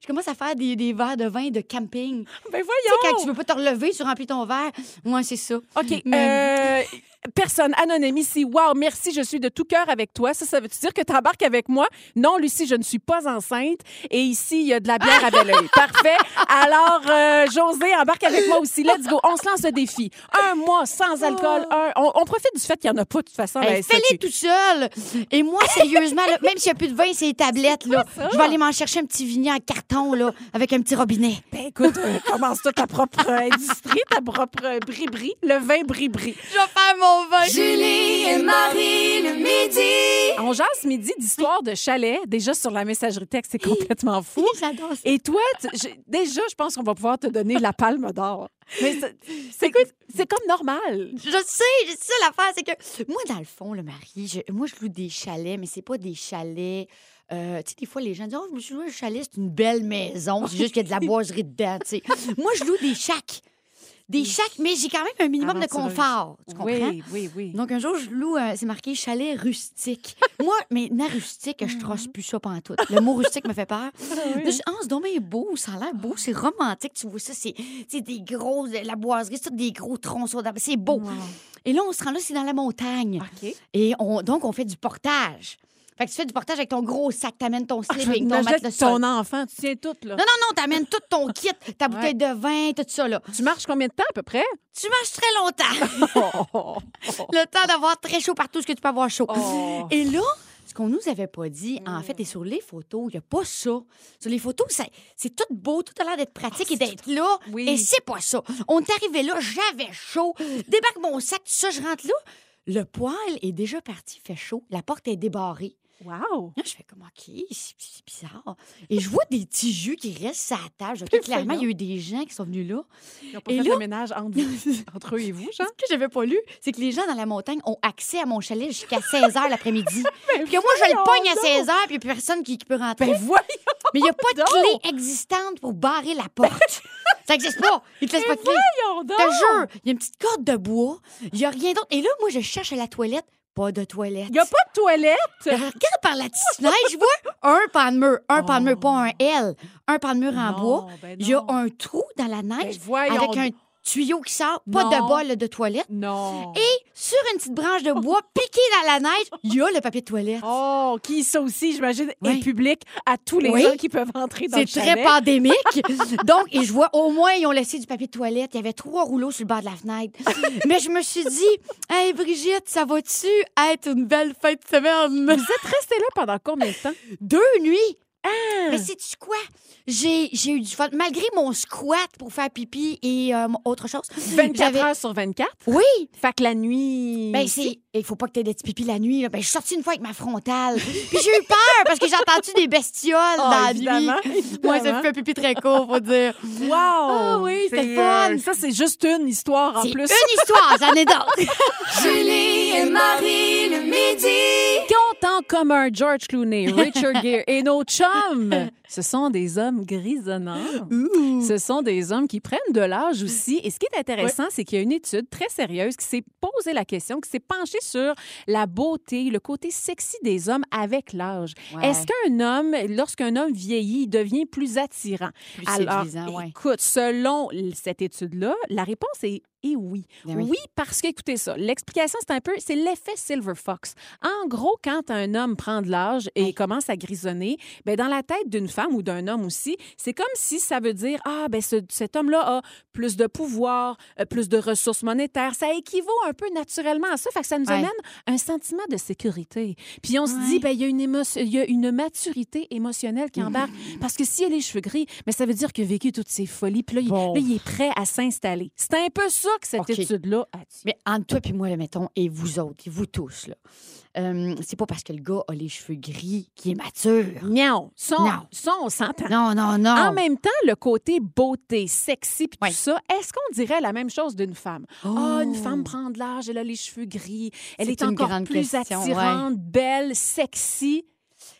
[SPEAKER 5] Je commence à faire des, des verres de vin de camping.
[SPEAKER 4] Ben voyons!
[SPEAKER 5] Tu sais, quand tu veux pas te relever, tu remplis ton verre. Moi, c'est ça.
[SPEAKER 4] OK.
[SPEAKER 5] Mais-
[SPEAKER 4] euh, personne anonyme ici. Wow, merci, je suis de tout cœur avec toi. Ça, ça veut-tu dire que tu embarques avec moi? Non, Lucie, je ne suis pas enceinte. Et ici, il y a de la bière à bel oeil. Parfait. Alors, euh, José, embarque avec moi aussi. Let's go. On se lance le défi. Un mois sans alcool. Un... On, on profite du fait qu'il n'y en a pas, de toute façon. à la
[SPEAKER 5] Hey, Fais-les
[SPEAKER 4] SAQ.
[SPEAKER 5] tout seul. Et moi, sérieusement, là, même s'il n'y a plus de vin, c'est les tablettes. Là. Je vais aller m'en chercher un petit vignet en carton là, avec un petit robinet.
[SPEAKER 4] Ben, écoute, euh, commence-toi ta propre euh, industrie, ta propre euh, bri-bri, le vin bri-bri.
[SPEAKER 5] Je vais faire mon vin.
[SPEAKER 6] Julie et Marie le midi.
[SPEAKER 4] On jase ce midi d'histoire de chalet, déjà sur la messagerie texte, c'est complètement fou.
[SPEAKER 5] J'adore ça.
[SPEAKER 4] Et toi, tu- j'ai- déjà, je pense qu'on va pouvoir te donner la palme d'or. Mais c'est- c'est c'est comme normal.
[SPEAKER 5] Je sais, c'est ça l'affaire, c'est que moi, dans le fond, le mari, je- moi, je loue des chalets, mais c'est pas des chalets. euh, tu sais, des fois, les gens disent Oh, je me suis loué un chalet, c'est une belle maison, c'est juste qu'il y a de la boiserie dedans, tu sais. moi, je loue des shacks. Des shacks, mais j'ai quand même un minimum de
[SPEAKER 4] Aventureuse.
[SPEAKER 5] confort. Tu comprends?
[SPEAKER 4] Oui, oui, oui.
[SPEAKER 5] Donc, un jour, je loue, euh, c'est marqué chalet rustique. Moi, maintenant, rustique, je
[SPEAKER 4] Mhm.
[SPEAKER 5] trosse plus ça pantoute. Le mot rustique me fait peur. Là, je dis, ah, c'est donc bien beau, ça a l'air beau, c'est
[SPEAKER 4] Ah.
[SPEAKER 5] romantique, tu vois ça, c'est c'est des gros, de la boiserie, c'est tout des gros tronçons d'arbres, c'est beau. Et là, on se rend là, c'est dans la montagne.
[SPEAKER 4] OK.
[SPEAKER 5] Et on, donc, on fait du portage. Fait que tu fais du portage avec ton gros sac, t'amènes ton slip avec ton
[SPEAKER 4] Imagine
[SPEAKER 5] matelas
[SPEAKER 4] que
[SPEAKER 5] sol.
[SPEAKER 4] ton enfant, tu tiens tout, là.
[SPEAKER 5] Non, non, non, t'amènes tout ton kit, ta bouteille de vin, tout ça, là.
[SPEAKER 4] Tu marches combien de temps à peu près?
[SPEAKER 5] Tu marches très longtemps.
[SPEAKER 4] Oh.
[SPEAKER 5] le temps d'avoir très chaud partout ce que tu peux avoir chaud.
[SPEAKER 4] Oh. Hmm.
[SPEAKER 5] Et là, ce qu'on nous avait pas dit, en fait, et sur les photos, il n'y a pas ça. Sur les photos, ça- c'est tout beau, tout a l'air d'être pratique et d'être là.
[SPEAKER 4] Ah, Oui.
[SPEAKER 5] Et c'est pas ça. On est arrivé là, j'avais chaud. Débarque mon sac, tout ça, je rentre là. Le poêle est déjà parti, fait chaud. La porte est débarrée.
[SPEAKER 4] Wow!
[SPEAKER 5] Là, je fais comme, OK, c'est c'est bizarre. Et je vois des petits jus qui restent sur la table. Je dis, OK, clairement, il y a eu des gens qui sont venus là.
[SPEAKER 4] Ils n'ont pas
[SPEAKER 5] Et
[SPEAKER 4] fait
[SPEAKER 5] là-
[SPEAKER 4] le ménage entre, vous- entre eux et vous, Jean?
[SPEAKER 5] Ce que j'avais pas lu, c'est que les gens dans la montagne ont accès à mon chalet jusqu'à 16 h l'après-midi. puis que moi, je le
[SPEAKER 4] Ben voyons
[SPEAKER 5] pogne à
[SPEAKER 4] donc!
[SPEAKER 5] 16 h puis il n'y a personne qui, qui peut rentrer.
[SPEAKER 4] Ben voyons!
[SPEAKER 5] Mais il n'y a pas de
[SPEAKER 4] donc! Ben
[SPEAKER 5] clé existante pour barrer la porte. Ça n'existe pas. Ils te laissent pas de clé. Je te jure, il y a une petite corde de bois. Il n'y a rien d'autre. Et là, moi, je cherche à la toilette. Pas de toilette.
[SPEAKER 4] Il n'y a pas de
[SPEAKER 5] Je
[SPEAKER 4] toilette!
[SPEAKER 5] Regarde par la petite fenêtre, je vois un pan de mur. Un pan de mur,
[SPEAKER 4] Oh.
[SPEAKER 5] pas un L. Un pan de mur en
[SPEAKER 4] Non,
[SPEAKER 5] bois.
[SPEAKER 4] ben
[SPEAKER 5] Il y a
[SPEAKER 4] non.
[SPEAKER 5] un trou dans la
[SPEAKER 4] Ben
[SPEAKER 5] neige
[SPEAKER 4] voyons
[SPEAKER 5] avec un tuyau qui sort, pas de
[SPEAKER 4] Non.
[SPEAKER 5] bol de toilette.
[SPEAKER 4] Non.
[SPEAKER 5] Et sur une petite branche de bois piquée dans la neige, il y a le papier de toilette.
[SPEAKER 4] Oh, qui ça aussi, j'imagine, est public à tous les
[SPEAKER 5] Oui.
[SPEAKER 4] gens qui peuvent entrer dans le
[SPEAKER 5] C'est très
[SPEAKER 4] chalet.
[SPEAKER 5] pandémique. Donc, et je vois, au moins, ils ont laissé du papier de toilette. Il y avait trois rouleaux sur le bord de la fenêtre. Mais je me suis dit, hey, Brigitte, ça va-tu être une belle fin de semaine? Vous êtes restée là pendant combien de temps? Deux nuits.
[SPEAKER 4] Ah!
[SPEAKER 5] Mais sais-tu quoi? J'ai j'ai eu du fun. Malgré mon squat pour faire pipi et euh, autre chose.
[SPEAKER 4] 24
[SPEAKER 5] j'avais-
[SPEAKER 4] heures sur 24?
[SPEAKER 5] Oui.
[SPEAKER 4] Fait que la nuit.
[SPEAKER 5] Ben, c'est. Il faut pas que t'aies des petits pipis la nuit. là. Ben, je suis sortie une fois avec ma frontale. Puis j'ai eu peur parce que j'ai entendu des bestioles
[SPEAKER 4] Oh,
[SPEAKER 5] dans la
[SPEAKER 4] évidemment,
[SPEAKER 5] nuit.
[SPEAKER 4] évidemment.
[SPEAKER 5] Moi, ça me fait pipi très court, faut dire.
[SPEAKER 4] Wow!
[SPEAKER 5] Ah oui, c'était
[SPEAKER 4] C'est,
[SPEAKER 5] le fun.
[SPEAKER 4] euh, ça, c'est juste une histoire en
[SPEAKER 5] C'est
[SPEAKER 4] plus.
[SPEAKER 5] une histoire, j'en ai d'autres.
[SPEAKER 6] Julie et Marie le midi.
[SPEAKER 4] Qui ont en commun George Clooney, Richard Gere et nos chums, ce sont des hommes grisonnants. Ce sont des hommes qui prennent de l'âge aussi. Et ce qui est intéressant, c'est qu'il y a une étude très sérieuse qui s'est posée la question, qui s'est penchée sur la beauté, le côté sexy des hommes avec l'âge.
[SPEAKER 5] Ouais.
[SPEAKER 4] Est-ce qu'un homme, lorsqu'un homme vieillit, il devient plus attirant?
[SPEAKER 5] Plus
[SPEAKER 4] Alors,
[SPEAKER 5] séduisant, ouais.
[SPEAKER 4] écoute, selon l- cette étude-là, la réponse est et oui.
[SPEAKER 5] Ben
[SPEAKER 4] oui.
[SPEAKER 5] oui.
[SPEAKER 4] parce que, écoutez ça, l'explication, c'est un peu, c'est l'effet Silver Fox. En gros, quand un homme prend de l'âge et commence à grisonner, ben dans la tête d'une femme ou d'un homme aussi, c'est comme si ça veut dire, ah, ben ce- cet homme-là a plus de pouvoir, euh, plus de ressources monétaires. Ça équivaut un peu naturellement à ça. Fait que ça nous
[SPEAKER 5] Ouais.
[SPEAKER 4] amène un sentiment de sécurité. Puis on se dit, ben, il y, a une émo- il y a une maturité émotionnelle qui embarque. Parce que s'il a les cheveux gris, mais ça veut dire qu'il a vécu toutes ces folies. Puis là, il- là, il est prêt à s'installer. C'est un peu ça que cette
[SPEAKER 5] OK.
[SPEAKER 4] étude-là a dit.
[SPEAKER 5] Mais entre toi puis moi, le mettons, et vous autres, et vous tous, là, euh, c'est pas parce que le gars a les cheveux gris qu'il est mature.
[SPEAKER 4] Non, ça, on-
[SPEAKER 5] Non.
[SPEAKER 4] ça, on s'entend.
[SPEAKER 5] Non, non, non.
[SPEAKER 4] En même temps, le côté beauté, sexy, puis tout ça, est-ce qu'on dirait la même chose d'une femme? Ah, une femme prend de l'âge, elle a les cheveux gris, elle
[SPEAKER 5] Oh. C'est
[SPEAKER 4] est,
[SPEAKER 5] une
[SPEAKER 4] encore
[SPEAKER 5] grande
[SPEAKER 4] plus
[SPEAKER 5] question, ouais.
[SPEAKER 4] attirante, belle, sexy.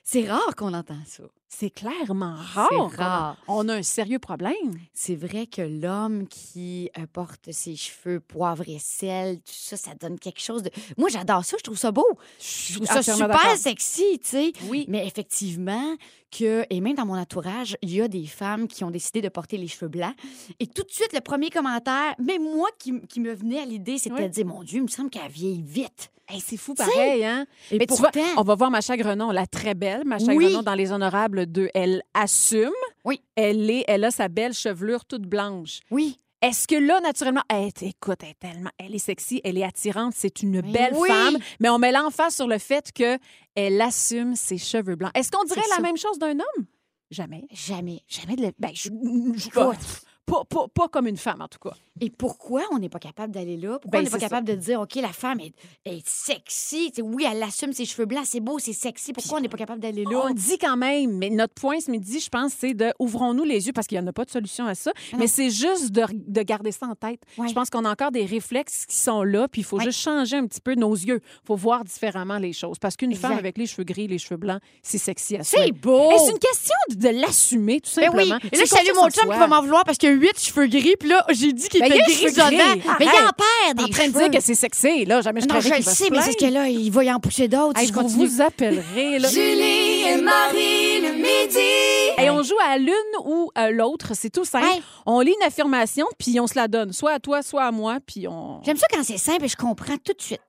[SPEAKER 5] C'est rare qu'on entend ça.
[SPEAKER 4] C'est clairement rare.
[SPEAKER 5] C'est rare.
[SPEAKER 4] On a un sérieux problème.
[SPEAKER 5] C'est vrai que l'homme qui euh, porte ses cheveux poivre et sel, tout ça, ça donne quelque chose de. Moi, j'adore ça, je trouve ça beau. Je trouve ça
[SPEAKER 4] entièrement
[SPEAKER 5] super
[SPEAKER 4] d'accord.
[SPEAKER 5] sexy, tu sais.
[SPEAKER 4] Oui.
[SPEAKER 5] Mais effectivement, que, et même dans mon entourage, il y a des femmes qui ont décidé de porter les cheveux blancs. Et tout de suite, le premier commentaire, même moi qui, m- qui me venait à l'idée, c'était
[SPEAKER 4] Oui.
[SPEAKER 5] de dire Mon Dieu, il me semble qu'elle vieillit vite.
[SPEAKER 4] Hey, c'est fou
[SPEAKER 5] Tu sais,
[SPEAKER 4] pareil, hein?
[SPEAKER 5] et
[SPEAKER 4] Mais tu vois,
[SPEAKER 5] pourtant-
[SPEAKER 4] on va voir Macha Grenon, la très belle Macha
[SPEAKER 5] Oui.
[SPEAKER 4] Grenon dans Les Honorables 2. Elle assume.
[SPEAKER 5] Oui.
[SPEAKER 4] Elle, est, elle a sa belle chevelure toute blanche.
[SPEAKER 5] Oui.
[SPEAKER 4] Est-ce que là, naturellement, elle est- écoute, elle est tellement, elle est sexy, elle est attirante, c'est une belle
[SPEAKER 5] oui.
[SPEAKER 4] femme, mais on met l'emphase sur le fait que elle assume ses cheveux blancs. Est-ce qu'on dirait
[SPEAKER 5] C'est
[SPEAKER 4] la
[SPEAKER 5] ça.
[SPEAKER 4] même chose d'un homme? Jamais.
[SPEAKER 5] Jamais.
[SPEAKER 4] Jamais de la... Ben, je... je- pas, pas, pas- pas comme une femme, en tout cas.
[SPEAKER 5] Et pourquoi on n'est pas capable d'aller là?
[SPEAKER 4] Ben,
[SPEAKER 5] Pourquoi on n'est pas
[SPEAKER 4] c'est ça.
[SPEAKER 5] capable de dire, OK, la femme est, est sexy? Tu sais, oui, elle assume ses cheveux blancs, c'est beau, c'est sexy. Pourquoi on n'est pas capable d'aller là?
[SPEAKER 4] on dit quand même, mais notre point ce midi, je pense, c'est de ouvrons-nous les yeux parce qu'il n'y en a pas de solution à ça, mais c'est juste de, de garder ça en tête.
[SPEAKER 5] Ouais.
[SPEAKER 4] Je pense qu'on a encore des réflexes qui sont là, puis il faut juste changer un petit peu nos yeux. Il faut voir différemment les choses parce qu'une
[SPEAKER 5] Exact.
[SPEAKER 4] femme avec les cheveux gris, les cheveux blancs, c'est sexy à souhait.
[SPEAKER 5] C'est beau!
[SPEAKER 4] Et C'est une question de, de l'assumer, tout
[SPEAKER 5] Ben oui.
[SPEAKER 4] simplement.
[SPEAKER 5] Et là, je salue mon chum qui va m'en vouloir parce qu'il a huit cheveux gris, puis là, j'ai dit qu'il
[SPEAKER 4] Ben, il
[SPEAKER 5] était
[SPEAKER 4] y a les cheveux
[SPEAKER 5] grisonnant.
[SPEAKER 4] gris.
[SPEAKER 5] Mais il
[SPEAKER 4] Arrête.
[SPEAKER 5] en perd des
[SPEAKER 4] en train de
[SPEAKER 5] cheveux.
[SPEAKER 4] dire que c'est sexy, là. Jamais je
[SPEAKER 5] Non,
[SPEAKER 4] croirais
[SPEAKER 5] je le
[SPEAKER 4] qu'il va se
[SPEAKER 5] sais, mais c'est ce que
[SPEAKER 4] plaindre.
[SPEAKER 5] là, il va y en pousser d'autres.
[SPEAKER 4] Hey,
[SPEAKER 5] si je
[SPEAKER 4] je vous-
[SPEAKER 5] continue.
[SPEAKER 4] vous appellerai, là.
[SPEAKER 6] Julie et Marie le midi.
[SPEAKER 4] Et on joue à l'une ou à l'autre, c'est tout simple.
[SPEAKER 5] Ouais.
[SPEAKER 4] On lit une affirmation, puis on se la donne, soit à toi, soit à moi, puis on...
[SPEAKER 5] J'aime ça quand c'est simple et je comprends tout de suite.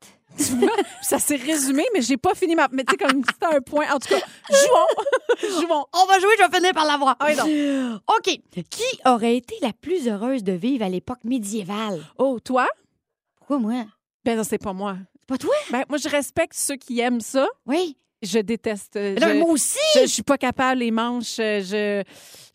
[SPEAKER 4] Ça s'est résumé, mais j'ai pas fini ma... Mais tu sais, comme c'était un point. En tout cas, jouons! jouons!
[SPEAKER 5] On va jouer, je vais finir par l'avoir.
[SPEAKER 4] Ah oui,
[SPEAKER 5] OK. Qui aurait été la plus heureuse de vivre à l'époque médiévale?
[SPEAKER 4] Oh, toi?
[SPEAKER 5] Pourquoi moi?
[SPEAKER 4] Ben non, c'est pas moi.
[SPEAKER 5] C'est pas toi?
[SPEAKER 4] Ben, moi, je respecte ceux qui aiment ça.
[SPEAKER 5] Oui.
[SPEAKER 4] Je déteste... euh,
[SPEAKER 5] Mais non,
[SPEAKER 4] je-
[SPEAKER 5] mais moi aussi!
[SPEAKER 4] Je, je suis pas capable, les manches, euh, je,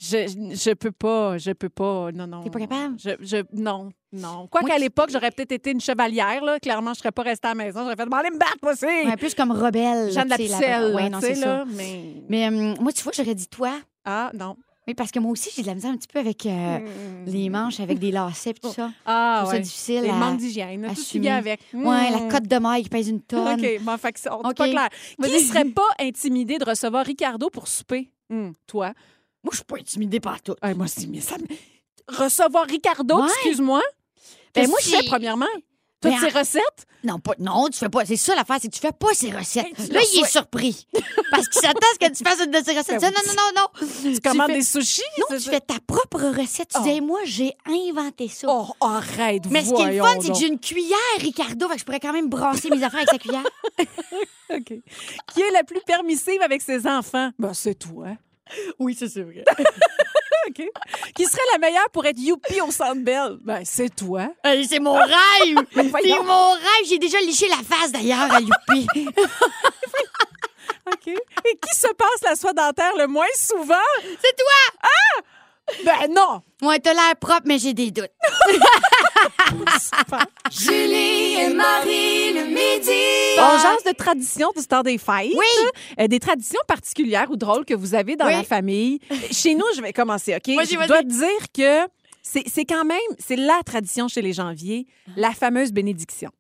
[SPEAKER 4] je, je peux pas, je peux pas, non, non.
[SPEAKER 5] T'es pas capable?
[SPEAKER 4] Je, je- non, non. Quoi
[SPEAKER 5] Moi
[SPEAKER 4] qu'à
[SPEAKER 5] qui-
[SPEAKER 4] l'époque, j'aurais peut-être été une chevalière, là. Clairement, je serais pas restée à la maison. J'aurais fait, bon, allez me battre, moi aussi!
[SPEAKER 5] Ouais, plus comme rebelle.
[SPEAKER 4] Jeanne de la
[SPEAKER 5] tu sais,
[SPEAKER 4] Pucelle,
[SPEAKER 5] Ouais,
[SPEAKER 4] là,
[SPEAKER 5] non,
[SPEAKER 4] tu
[SPEAKER 5] c'est
[SPEAKER 4] sais,
[SPEAKER 5] ça.
[SPEAKER 4] là, mais...
[SPEAKER 5] Mais euh, moi, tu vois, j'aurais dit toi.
[SPEAKER 4] Ah, non. Mm.
[SPEAKER 5] Mais parce que moi aussi, j'ai de la misère un petit peu avec euh, les manches, avec des lacets et tout ça.
[SPEAKER 4] Ah,
[SPEAKER 5] Je trouve ça
[SPEAKER 4] ouais.
[SPEAKER 5] difficile
[SPEAKER 4] Les
[SPEAKER 5] à-
[SPEAKER 4] manques d'hygiène, tout ce qui
[SPEAKER 5] assumer.
[SPEAKER 4] vient avec.
[SPEAKER 5] Ouais,
[SPEAKER 4] Hmm.
[SPEAKER 5] la cote de maille qui pèse une tonne.
[SPEAKER 4] OK, bon, fait que ça, on dit
[SPEAKER 5] OK.
[SPEAKER 4] pas clair. Qui
[SPEAKER 5] Vas-y.
[SPEAKER 4] serait pas intimidé de recevoir Ricardo pour souper?
[SPEAKER 5] Mm.
[SPEAKER 4] Hmm, toi.
[SPEAKER 5] Moi, je suis pas intimidée par tout.
[SPEAKER 4] Ah, moi, c'est... mais ça me- Recevoir Ricardo,
[SPEAKER 5] Ouais.
[SPEAKER 4] excuse-moi?
[SPEAKER 5] Ben,
[SPEAKER 4] Qu'est-ce
[SPEAKER 5] moi,
[SPEAKER 4] que tu fais,
[SPEAKER 5] j'ai-
[SPEAKER 4] premièrement? Toutes
[SPEAKER 5] Mais
[SPEAKER 4] ces
[SPEAKER 5] en-
[SPEAKER 4] recettes?
[SPEAKER 5] Non, pas, non, tu fais pas. C'est ça l'affaire, c'est que tu fais pas ces recettes.
[SPEAKER 4] tu
[SPEAKER 5] là,
[SPEAKER 4] leur
[SPEAKER 5] il est
[SPEAKER 4] souhaites.
[SPEAKER 5] surpris. Parce qu'il s'attend à ce que tu fasses une de ces recettes. Tu dis, non, non, non, non. Tu
[SPEAKER 4] commandes
[SPEAKER 5] fais-
[SPEAKER 4] des sushis,
[SPEAKER 5] Non,
[SPEAKER 4] c'est
[SPEAKER 5] tu
[SPEAKER 4] ça?
[SPEAKER 5] fais ta propre recette. Tu dis, Hey, moi, j'ai inventé ça.
[SPEAKER 4] Oh, arrête,
[SPEAKER 5] Mais ce qui est le
[SPEAKER 4] voyons
[SPEAKER 5] fun, c'est que
[SPEAKER 4] donc.
[SPEAKER 5] j'ai une cuillère, Ricardo. Fait que je pourrais quand même brasser mes affaires avec sa cuillère.
[SPEAKER 4] OK. Qui est la plus permissive avec ses enfants? Ben, c'est toi.
[SPEAKER 5] Oui, ça, c'est vrai.
[SPEAKER 4] OK. Qui serait la meilleure pour être youpi au Centre Bell? Ben, c'est toi.
[SPEAKER 5] Hey, Euh, c'est mon rêve!
[SPEAKER 4] Mais
[SPEAKER 5] c'est
[SPEAKER 4] voyons.
[SPEAKER 5] mon rêve! J'ai déjà liché la face d'ailleurs à Youpi.
[SPEAKER 4] OK. Et qui se passe la soie dentaire le moins souvent?
[SPEAKER 5] c'est toi!
[SPEAKER 4] Ben non!
[SPEAKER 5] Moi, t'as l'air propre, mais j'ai des doutes.
[SPEAKER 6] Julie et Marie le midi.
[SPEAKER 4] On jase de traditions du temps des fêtes.
[SPEAKER 5] Bah! Oui.
[SPEAKER 4] Euh, des traditions particulières ou drôles que vous avez dans
[SPEAKER 5] Oui.
[SPEAKER 4] la famille. Chez nous, je vais commencer, OK?
[SPEAKER 5] Vas-y,
[SPEAKER 4] je
[SPEAKER 5] vas-y.
[SPEAKER 4] dois te dire que c'est c'est quand même, c'est la tradition chez les janvier, la fameuse bénédiction.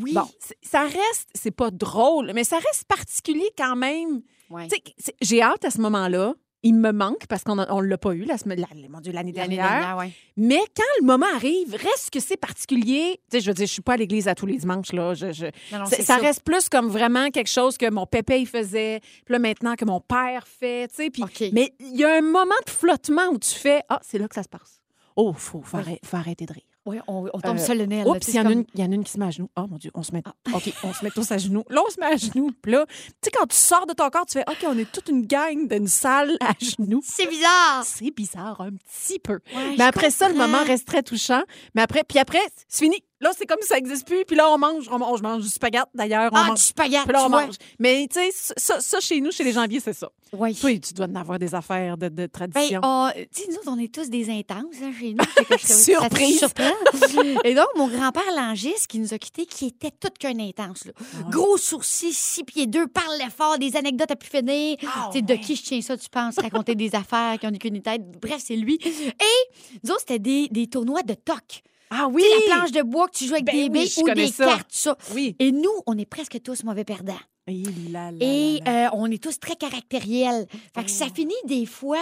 [SPEAKER 5] Oui.
[SPEAKER 4] Bon, c'est- ça reste, c'est pas drôle, mais ça reste particulier quand même.
[SPEAKER 5] Ouais.
[SPEAKER 4] Tu sais, c'est- J'ai hâte à ce moment-là. Il me manque parce qu'on ne l'a pas eu la semaine, la- mon Dieu, l'année
[SPEAKER 5] L'année
[SPEAKER 4] dernière.
[SPEAKER 5] dernière, ouais.
[SPEAKER 4] Mais quand le moment arrive, reste que c'est particulier. Tu sais, je veux dire, je suis pas à l'église à tous les dimanches là. Je- je-
[SPEAKER 5] Non, non,
[SPEAKER 4] c'est-
[SPEAKER 5] c'est
[SPEAKER 4] ça
[SPEAKER 5] ça.
[SPEAKER 4] reste plus comme vraiment quelque chose que mon pépé il faisait, puis là maintenant que mon père fait. Tu sais, puis-
[SPEAKER 5] OK.
[SPEAKER 4] mais il y a un moment de flottement où tu fais ah c'est là que ça se passe. Oh faut, faut, arrêter, faut arrêter de rire.
[SPEAKER 5] Oui, on, on tombe
[SPEAKER 4] Euh,
[SPEAKER 5] solennel. là,
[SPEAKER 4] Oups,
[SPEAKER 5] tu
[SPEAKER 4] il
[SPEAKER 5] sais,
[SPEAKER 4] y, en a
[SPEAKER 5] comme-
[SPEAKER 4] une- il y en a une qui se met à genoux. Oh mon Dieu, on se met, OK, on se met tous à genoux. Là, on se met à genoux. Puis là, tu sais, quand tu sors de ton corps, tu fais OK, on est toute une gang d'une salle à genoux.
[SPEAKER 5] C'est bizarre. Ben,
[SPEAKER 4] C'est bizarre, un petit peu.
[SPEAKER 5] Ouais, je
[SPEAKER 4] mais après ça, le
[SPEAKER 5] comprends.
[SPEAKER 4] moment reste très touchant. Mais après, puis après, c'est fini. Là, c'est comme si ça n'existe plus. Puis là, on mange. On, on- je mange du spaghette, d'ailleurs. On
[SPEAKER 5] Ah,
[SPEAKER 4] mange.
[SPEAKER 5] du spaghette,
[SPEAKER 4] Puis là, on
[SPEAKER 5] tu vois.
[SPEAKER 4] mange. Mais tu sais, ça, ça, chez nous, chez les janviers, c'est ça.
[SPEAKER 5] Oui.
[SPEAKER 4] Toi, tu dois en avoir des affaires de, de
[SPEAKER 5] Ben,
[SPEAKER 4] tradition.
[SPEAKER 5] on- tu sais, nous autres, on est tous des intenses hein, chez nous. Fait que je-
[SPEAKER 4] Surprise.
[SPEAKER 5] ça te surprend. Et donc, mon grand-père Langis, qui nous a quittés, qui était tout qu'un intense. là. Gros sourcils, six pieds deux, parle fort, des anecdotes à plus finir.
[SPEAKER 4] Ah,
[SPEAKER 5] Tu sais, De qui je tiens ça, tu penses, raconter des affaires qui ont qu'une tête. Bref, c'est lui. Et nous autres, c'était des, des tournois de toc.
[SPEAKER 4] Ah
[SPEAKER 5] Tu
[SPEAKER 4] oui!
[SPEAKER 5] sais, La planche de bois que tu joues avec
[SPEAKER 4] Ben
[SPEAKER 5] des
[SPEAKER 4] oui,
[SPEAKER 5] billes
[SPEAKER 4] je
[SPEAKER 5] ou
[SPEAKER 4] connais
[SPEAKER 5] des
[SPEAKER 4] ça.
[SPEAKER 5] cartes, tout ça.
[SPEAKER 4] Oui.
[SPEAKER 5] Et nous, on est presque tous mauvais perdants.
[SPEAKER 4] Et, là, là, là,
[SPEAKER 5] Et
[SPEAKER 4] là.
[SPEAKER 5] euh, on est tous très caractériels. Fait que ça finit des fois.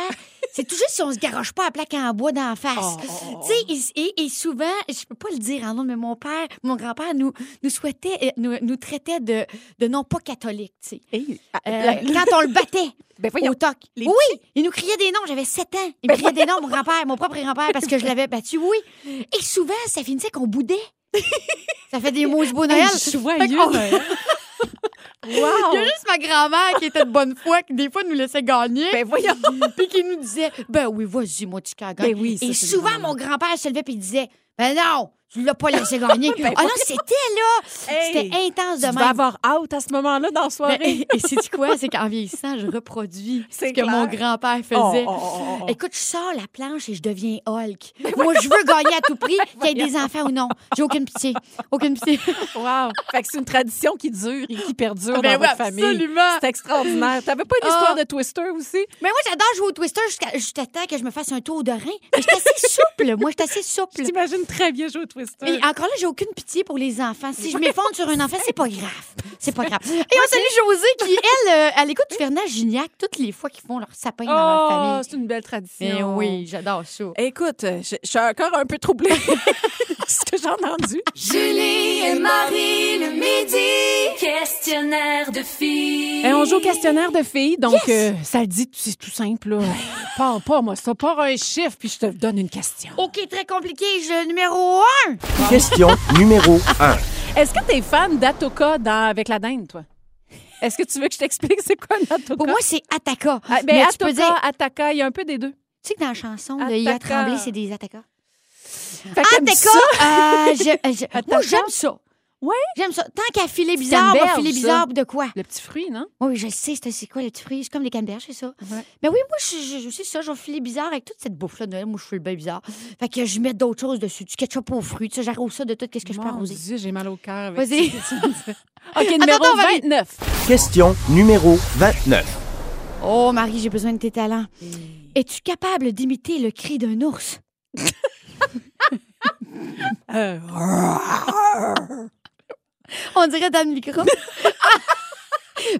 [SPEAKER 5] C'est tout juste si on se garoche pas à plaque en bois d'en face.
[SPEAKER 4] Oh, oh, oh.
[SPEAKER 5] Tu sais, et, et- et souvent, je peux pas le dire en nom, mais mon père, mon grand-père nous, nous souhaitait, euh, nous, nous traitait de, de non pas catholiques, tu sais.
[SPEAKER 4] Hey, ah,
[SPEAKER 5] Euh,
[SPEAKER 4] la-
[SPEAKER 5] quand on le battait
[SPEAKER 4] Ben voyons.
[SPEAKER 5] au toc.
[SPEAKER 4] les Ben
[SPEAKER 5] Oui, il nous criait des noms. J'avais 7 ans. Il me criait des noms, mon grand-père, mon propre grand-père, parce que je l'avais battu, oui. Et souvent, ça finissait qu'on boudait. ça fait des mots du beau Noël. Fait
[SPEAKER 4] Joyeux
[SPEAKER 5] qu'on-
[SPEAKER 4] Noël. wow!
[SPEAKER 5] il y a juste ma grand-mère qui était de bonne foi, qui des fois nous laissait gagner.
[SPEAKER 4] Ben voyons.
[SPEAKER 5] puis qui nous disait Ben oui, vas-y, moi, tu gagnes.
[SPEAKER 4] Ben oui, ça,
[SPEAKER 5] Et
[SPEAKER 4] c'est
[SPEAKER 5] souvent,
[SPEAKER 4] vraiment-
[SPEAKER 5] mon grand-père se levait puis il disait Ben non, tu l'as pas laissé gagner. ah non, c'était là.
[SPEAKER 4] Ben Hey,
[SPEAKER 5] c'était intense
[SPEAKER 4] Tu
[SPEAKER 5] de même.
[SPEAKER 4] vas avoir out à ce moment-là dans la
[SPEAKER 5] Ben,
[SPEAKER 4] soirée.
[SPEAKER 5] et c'est quoi? C'est qu'en vieillissant, je reproduis ce
[SPEAKER 4] C'est
[SPEAKER 5] que
[SPEAKER 4] clair.
[SPEAKER 5] mon grand-père
[SPEAKER 4] Oh,
[SPEAKER 5] faisait.
[SPEAKER 4] oh, oh, Ben oh, oh.
[SPEAKER 5] Écoute, je sors la planche et je deviens Hulk. Moi, je veux gagner à tout prix, qu'il y ait des enfants ou non. J'ai aucune pitié. Aucune pitié.
[SPEAKER 4] Wow! Ah, Fait que c'est une tradition qui dure et qui perdure
[SPEAKER 5] Ben
[SPEAKER 4] dans
[SPEAKER 5] oui,
[SPEAKER 4] votre famille.
[SPEAKER 5] absolument.
[SPEAKER 4] C'est extraordinaire. T'avais pas une histoire
[SPEAKER 5] Ah.
[SPEAKER 4] de Twister aussi?
[SPEAKER 5] Mais moi, j'adore jouer au Twister jusqu'à jusqu'à temps que je me fasse un tour de rein. Mais je suis assez souple. Moi, je suis assez
[SPEAKER 4] Je
[SPEAKER 5] souple.
[SPEAKER 4] t'imagine très bien jouer au Twister.
[SPEAKER 5] Et encore là, j'ai aucune pitié pour les enfants. Si je m'effondre sur un enfant, c'est pas grave. C'est pas grave. Et on salue Josée qui, elle, euh, elle écoute Fernand Gignac toutes les fois qu'ils font leur sapin dans leur
[SPEAKER 4] oh,
[SPEAKER 5] famille.
[SPEAKER 4] c'est une belle tradition.
[SPEAKER 5] Mais oui, j'adore ça.
[SPEAKER 4] Écoute, je, je suis encore un peu troublée. ce que j'ai entendu.
[SPEAKER 6] Julie et Marie le midi. Questionnaire de filles.
[SPEAKER 4] Eh, on joue au questionnaire de filles, donc euh, ça le dit, c'est tout simple. Là. Pas, pas, moi, ça part un chiffre, puis je te donne une question.
[SPEAKER 5] OK, très compliqué. Je le numéro un.
[SPEAKER 1] Question numéro 1.
[SPEAKER 4] Est-ce que t'es fan d'Atoka dans- avec la dinde, toi? Est-ce que tu veux que je t'explique c'est quoi un Atoka?
[SPEAKER 5] Pour moi, c'est Ataka.
[SPEAKER 4] Ah, ben,
[SPEAKER 5] Mais tu
[SPEAKER 4] Atoka,
[SPEAKER 5] peux dire,
[SPEAKER 4] Ataka, il y a un peu des deux.
[SPEAKER 5] tu sais que dans la chanson de Yaya
[SPEAKER 4] Attaka.
[SPEAKER 5] Tremblay, c'est des Ataka.
[SPEAKER 4] Fait que t'aimes
[SPEAKER 5] Ataka,
[SPEAKER 4] ça?
[SPEAKER 5] euh, je- je- moi,
[SPEAKER 4] Attaka.
[SPEAKER 5] j'aime ça.
[SPEAKER 4] Ah, Ouais.
[SPEAKER 5] J'aime ça. Tant qu'à filer bizarre, on va
[SPEAKER 4] canneberge,
[SPEAKER 5] filer
[SPEAKER 4] ça.
[SPEAKER 5] bizarre de quoi?
[SPEAKER 4] Le petit fruit, non?
[SPEAKER 5] Oui, oui, je sais, c'est c'est quoi le petit fruit? C'est comme les canneberges, c'est ça?
[SPEAKER 4] Ouais.
[SPEAKER 5] Mais oui, moi, je, je, je sais ça, je vais filer bizarre avec toute cette bouffe-là de Noël. Moi, je file bien bizarre. Fait que je mets d'autres choses dessus, du ketchup aux fruits, tu sais, j'arrose ça de tout, qu'est-ce que je peux
[SPEAKER 4] Mon
[SPEAKER 5] arroser?
[SPEAKER 4] Dieu, j'ai mal au cœur. avec
[SPEAKER 5] Vas-y.
[SPEAKER 4] ça. OK, numéro
[SPEAKER 5] attends, on va-
[SPEAKER 4] 29.
[SPEAKER 1] Question numéro 29.
[SPEAKER 5] Oh, Marie, j'ai besoin de tes talents. Es-tu capable d'imiter le cri d'un ours?
[SPEAKER 4] Euh,
[SPEAKER 5] On dirait dans le micro. Ben,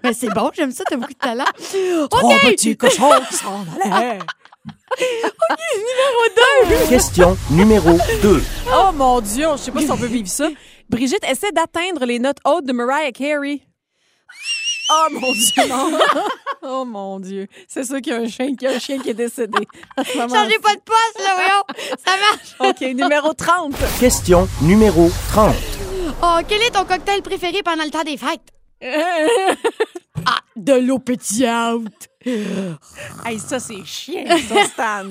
[SPEAKER 5] Mais c'est bon, j'aime ça, t'as beaucoup de talent.
[SPEAKER 4] Trois
[SPEAKER 5] OK!
[SPEAKER 4] petits cochons qui s'en allaient. numéro 2!
[SPEAKER 1] Question numéro 2.
[SPEAKER 4] Oh mon Dieu, je sais pas si on peut vivre ça. Brigitte essaie d'atteindre les notes hautes de Mariah Carey. Oh mon Dieu, non. Oh mon Dieu. C'est sûr qu'il y a un chien, qu'il y a un chien qui est décédé.
[SPEAKER 5] Changez pas de poste, là, voyons. Ça marche.
[SPEAKER 4] OK, numéro 30.
[SPEAKER 1] Question numéro 30.
[SPEAKER 5] Oh, quel est ton cocktail préféré pendant le temps des fêtes? ah, de l'eau pétillante.
[SPEAKER 4] Hey, ça, c'est chien, ça, Stan.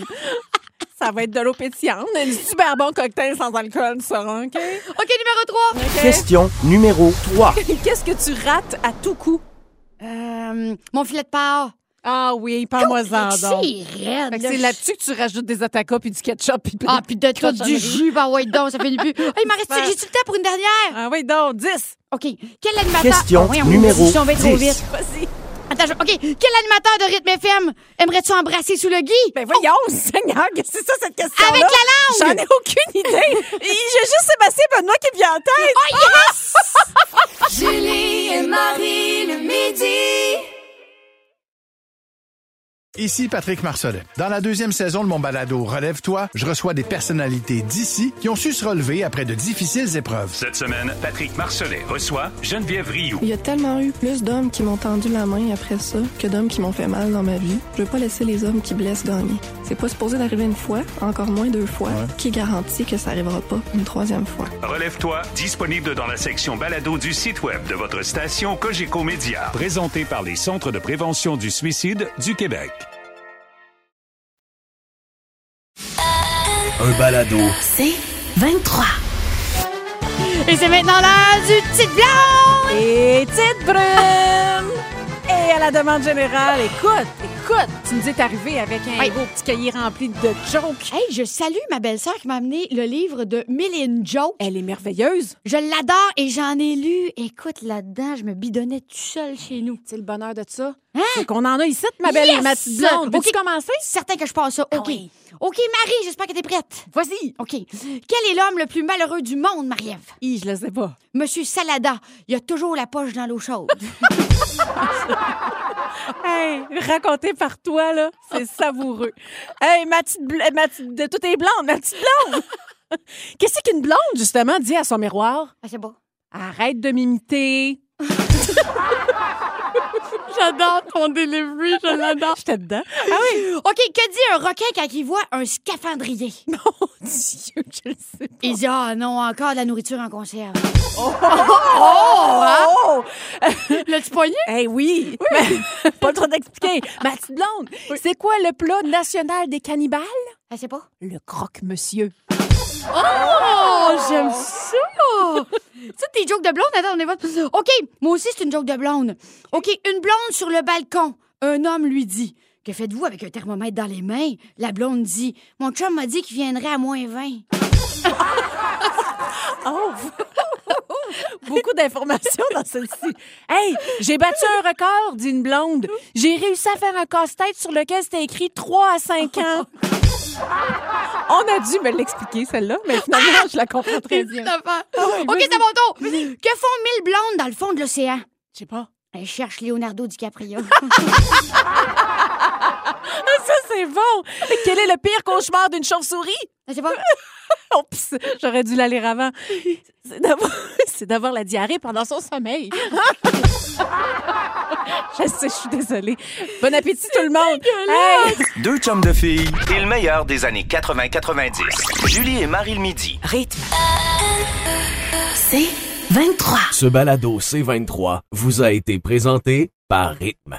[SPEAKER 4] Ça va être de l'eau pétillante. Un super bon cocktail sans alcool, ça, hein, OK? OK,
[SPEAKER 5] numéro 3.
[SPEAKER 4] OK.
[SPEAKER 1] Question numéro 3.
[SPEAKER 4] Qu'est-ce que tu rates à tout coup?
[SPEAKER 5] Euh, mon filet de porc.
[SPEAKER 4] Ah oui, parle-moi-en
[SPEAKER 5] C'est
[SPEAKER 4] donc.
[SPEAKER 5] raide,
[SPEAKER 4] Fait que
[SPEAKER 5] là.
[SPEAKER 4] C'est là-dessus que tu rajoutes des attaquas puis du ketchup. Puis plein
[SPEAKER 5] Ah, puis de tout,
[SPEAKER 4] cochonneries.
[SPEAKER 5] du jus, bah ouais, donc, ça fait du plus. Ah, il m'en reste
[SPEAKER 4] Super.
[SPEAKER 5] j'ai-tu le temps pour une dernière?
[SPEAKER 4] Ah oui, donc, 10.
[SPEAKER 5] OK. Quel animateur.
[SPEAKER 1] Question
[SPEAKER 5] Ah, voyons,
[SPEAKER 1] numéro
[SPEAKER 5] si on va
[SPEAKER 1] 10.
[SPEAKER 5] trop vite.
[SPEAKER 4] Vas-y.
[SPEAKER 5] Attends, je- OK. Quel animateur de rythme FM aimerais-tu embrasser sous le gui?
[SPEAKER 4] Ben voyons, Seigneur, qu'est-ce que c'est ça, cette question-là?
[SPEAKER 5] Avec la langue!
[SPEAKER 4] J'en ai aucune idée. Et J'ai juste Sébastien Benoît qui vient en tête.
[SPEAKER 5] Oh, yes!
[SPEAKER 4] Oh,
[SPEAKER 6] Julie et Marie le midi.
[SPEAKER 8] Ici Patrick Marcelet. Dans la deuxième saison de mon balado Relève-toi, je reçois des personnalités d'ici qui ont su se relever après de difficiles épreuves.
[SPEAKER 9] Cette semaine, Patrick Marcelet reçoit Geneviève Rioux.
[SPEAKER 7] Il y a tellement eu plus d'hommes qui m'ont tendu la main après ça que d'hommes qui m'ont fait mal dans ma vie. Je veux pas laisser les hommes qui blessent gagner. C'est pas supposé d'arriver une fois, encore moins deux fois. Qui garantit que ça arrivera pas une troisième fois?
[SPEAKER 9] Relève-toi, disponible dans la section balado du site web de votre station Cogeco Média.
[SPEAKER 10] Présenté par les Centres de prévention du suicide du Québec.
[SPEAKER 1] Un balado.
[SPEAKER 2] C'est 23.
[SPEAKER 5] Oh, Et c'est maintenant l'heure du petit blanc!
[SPEAKER 4] Et petite brume. Et à la demande générale, écoute, écoute, tu nous es arrivé avec un
[SPEAKER 5] Oui.
[SPEAKER 4] beau petit cahier rempli de jokes.
[SPEAKER 5] Hey, je salue ma belle-sœur qui m'a amené le livre de Mille et une jokes.
[SPEAKER 4] Elle est merveilleuse.
[SPEAKER 5] Je l'adore et j'en ai lu. Écoute, là-dedans, je me bidonnais tout seul chez nous.
[SPEAKER 4] C'est le bonheur de ça.
[SPEAKER 5] Hein?
[SPEAKER 4] C'est qu'on en a ici, ma belle,
[SPEAKER 5] Yes!
[SPEAKER 4] ma petite blonde. Veux-tu
[SPEAKER 5] Ok.
[SPEAKER 4] commencer?
[SPEAKER 5] Certain que je passe ça. OK.
[SPEAKER 4] Ah oui.
[SPEAKER 5] OK, Marie, j'espère que t'es prête.
[SPEAKER 4] Vas-y.
[SPEAKER 5] OK. Quel est l'homme le plus malheureux du monde, Marie-Ève?
[SPEAKER 4] Hi, je le sais pas.
[SPEAKER 5] Monsieur Salada, il a toujours la poche dans l'eau chaude.
[SPEAKER 4] Hey, raconté par toi, là, c'est savoureux. Hey, ma petite, bl- ma petite- de tout est blonde, ma petite blonde. Qu'est-ce qu'une blonde, justement, dit à son miroir?
[SPEAKER 5] ah, c'est beau.
[SPEAKER 4] Arrête de m'imiter.
[SPEAKER 5] J'adore ton delivery, je l'adore.
[SPEAKER 4] J'étais dedans. Ah
[SPEAKER 5] OK, que dit un requin quand il voit un scaphandrier?
[SPEAKER 4] Mon Dieu, je le sais pas.
[SPEAKER 5] Il dit, ah non, encore de la nourriture en conserve.
[SPEAKER 4] Oh!
[SPEAKER 5] L'as-tu poigné?
[SPEAKER 4] Eh oui! Mais- pas le droit d'expliquer. Ma petite blonde, c'est quoi le plat national des cannibales?
[SPEAKER 5] Ah, c'est pas.
[SPEAKER 4] Le croque-monsieur.
[SPEAKER 5] Oh, j'aime ça! tu sais, tes jokes de blonde, attends, on est votre. OK, moi aussi, c'est une joke de blonde. OK, une blonde sur le balcon. Un homme lui dit Que faites-vous avec un thermomètre dans les mains La blonde dit Mon chum m'a dit qu'il viendrait à moins 20.
[SPEAKER 4] Oh! Beaucoup d'informations dans celle-ci. Hey, j'ai battu un record, dit une blonde. J'ai réussi à faire un casse-tête sur lequel c'était écrit 3 à 5 ans. On a dû me l'expliquer, celle-là, mais finalement, je la comprends très bien.
[SPEAKER 5] Ah OK, c'est mon tour. Que font mille blondes dans le fond de l'océan
[SPEAKER 4] Je sais pas.
[SPEAKER 5] Elles cherchent Leonardo DiCaprio.
[SPEAKER 4] Ah, ça, c'est bon! Quel est le pire cauchemar d'une chauve-souris?
[SPEAKER 5] Ah, c'est pas.
[SPEAKER 4] Oups, j'aurais dû l'aller avant. C'est d'avoir- C'est d'avoir la diarrhée pendant son sommeil. je sais, je suis désolée. Bon appétit, tout le monde! Hey!
[SPEAKER 3] Deux chums de filles. Et le meilleur des années 80-90. Julie et Marie le midi.
[SPEAKER 2] Rythme. C'est 23.
[SPEAKER 11] Ce balado C23 vous a été présenté par Rythme.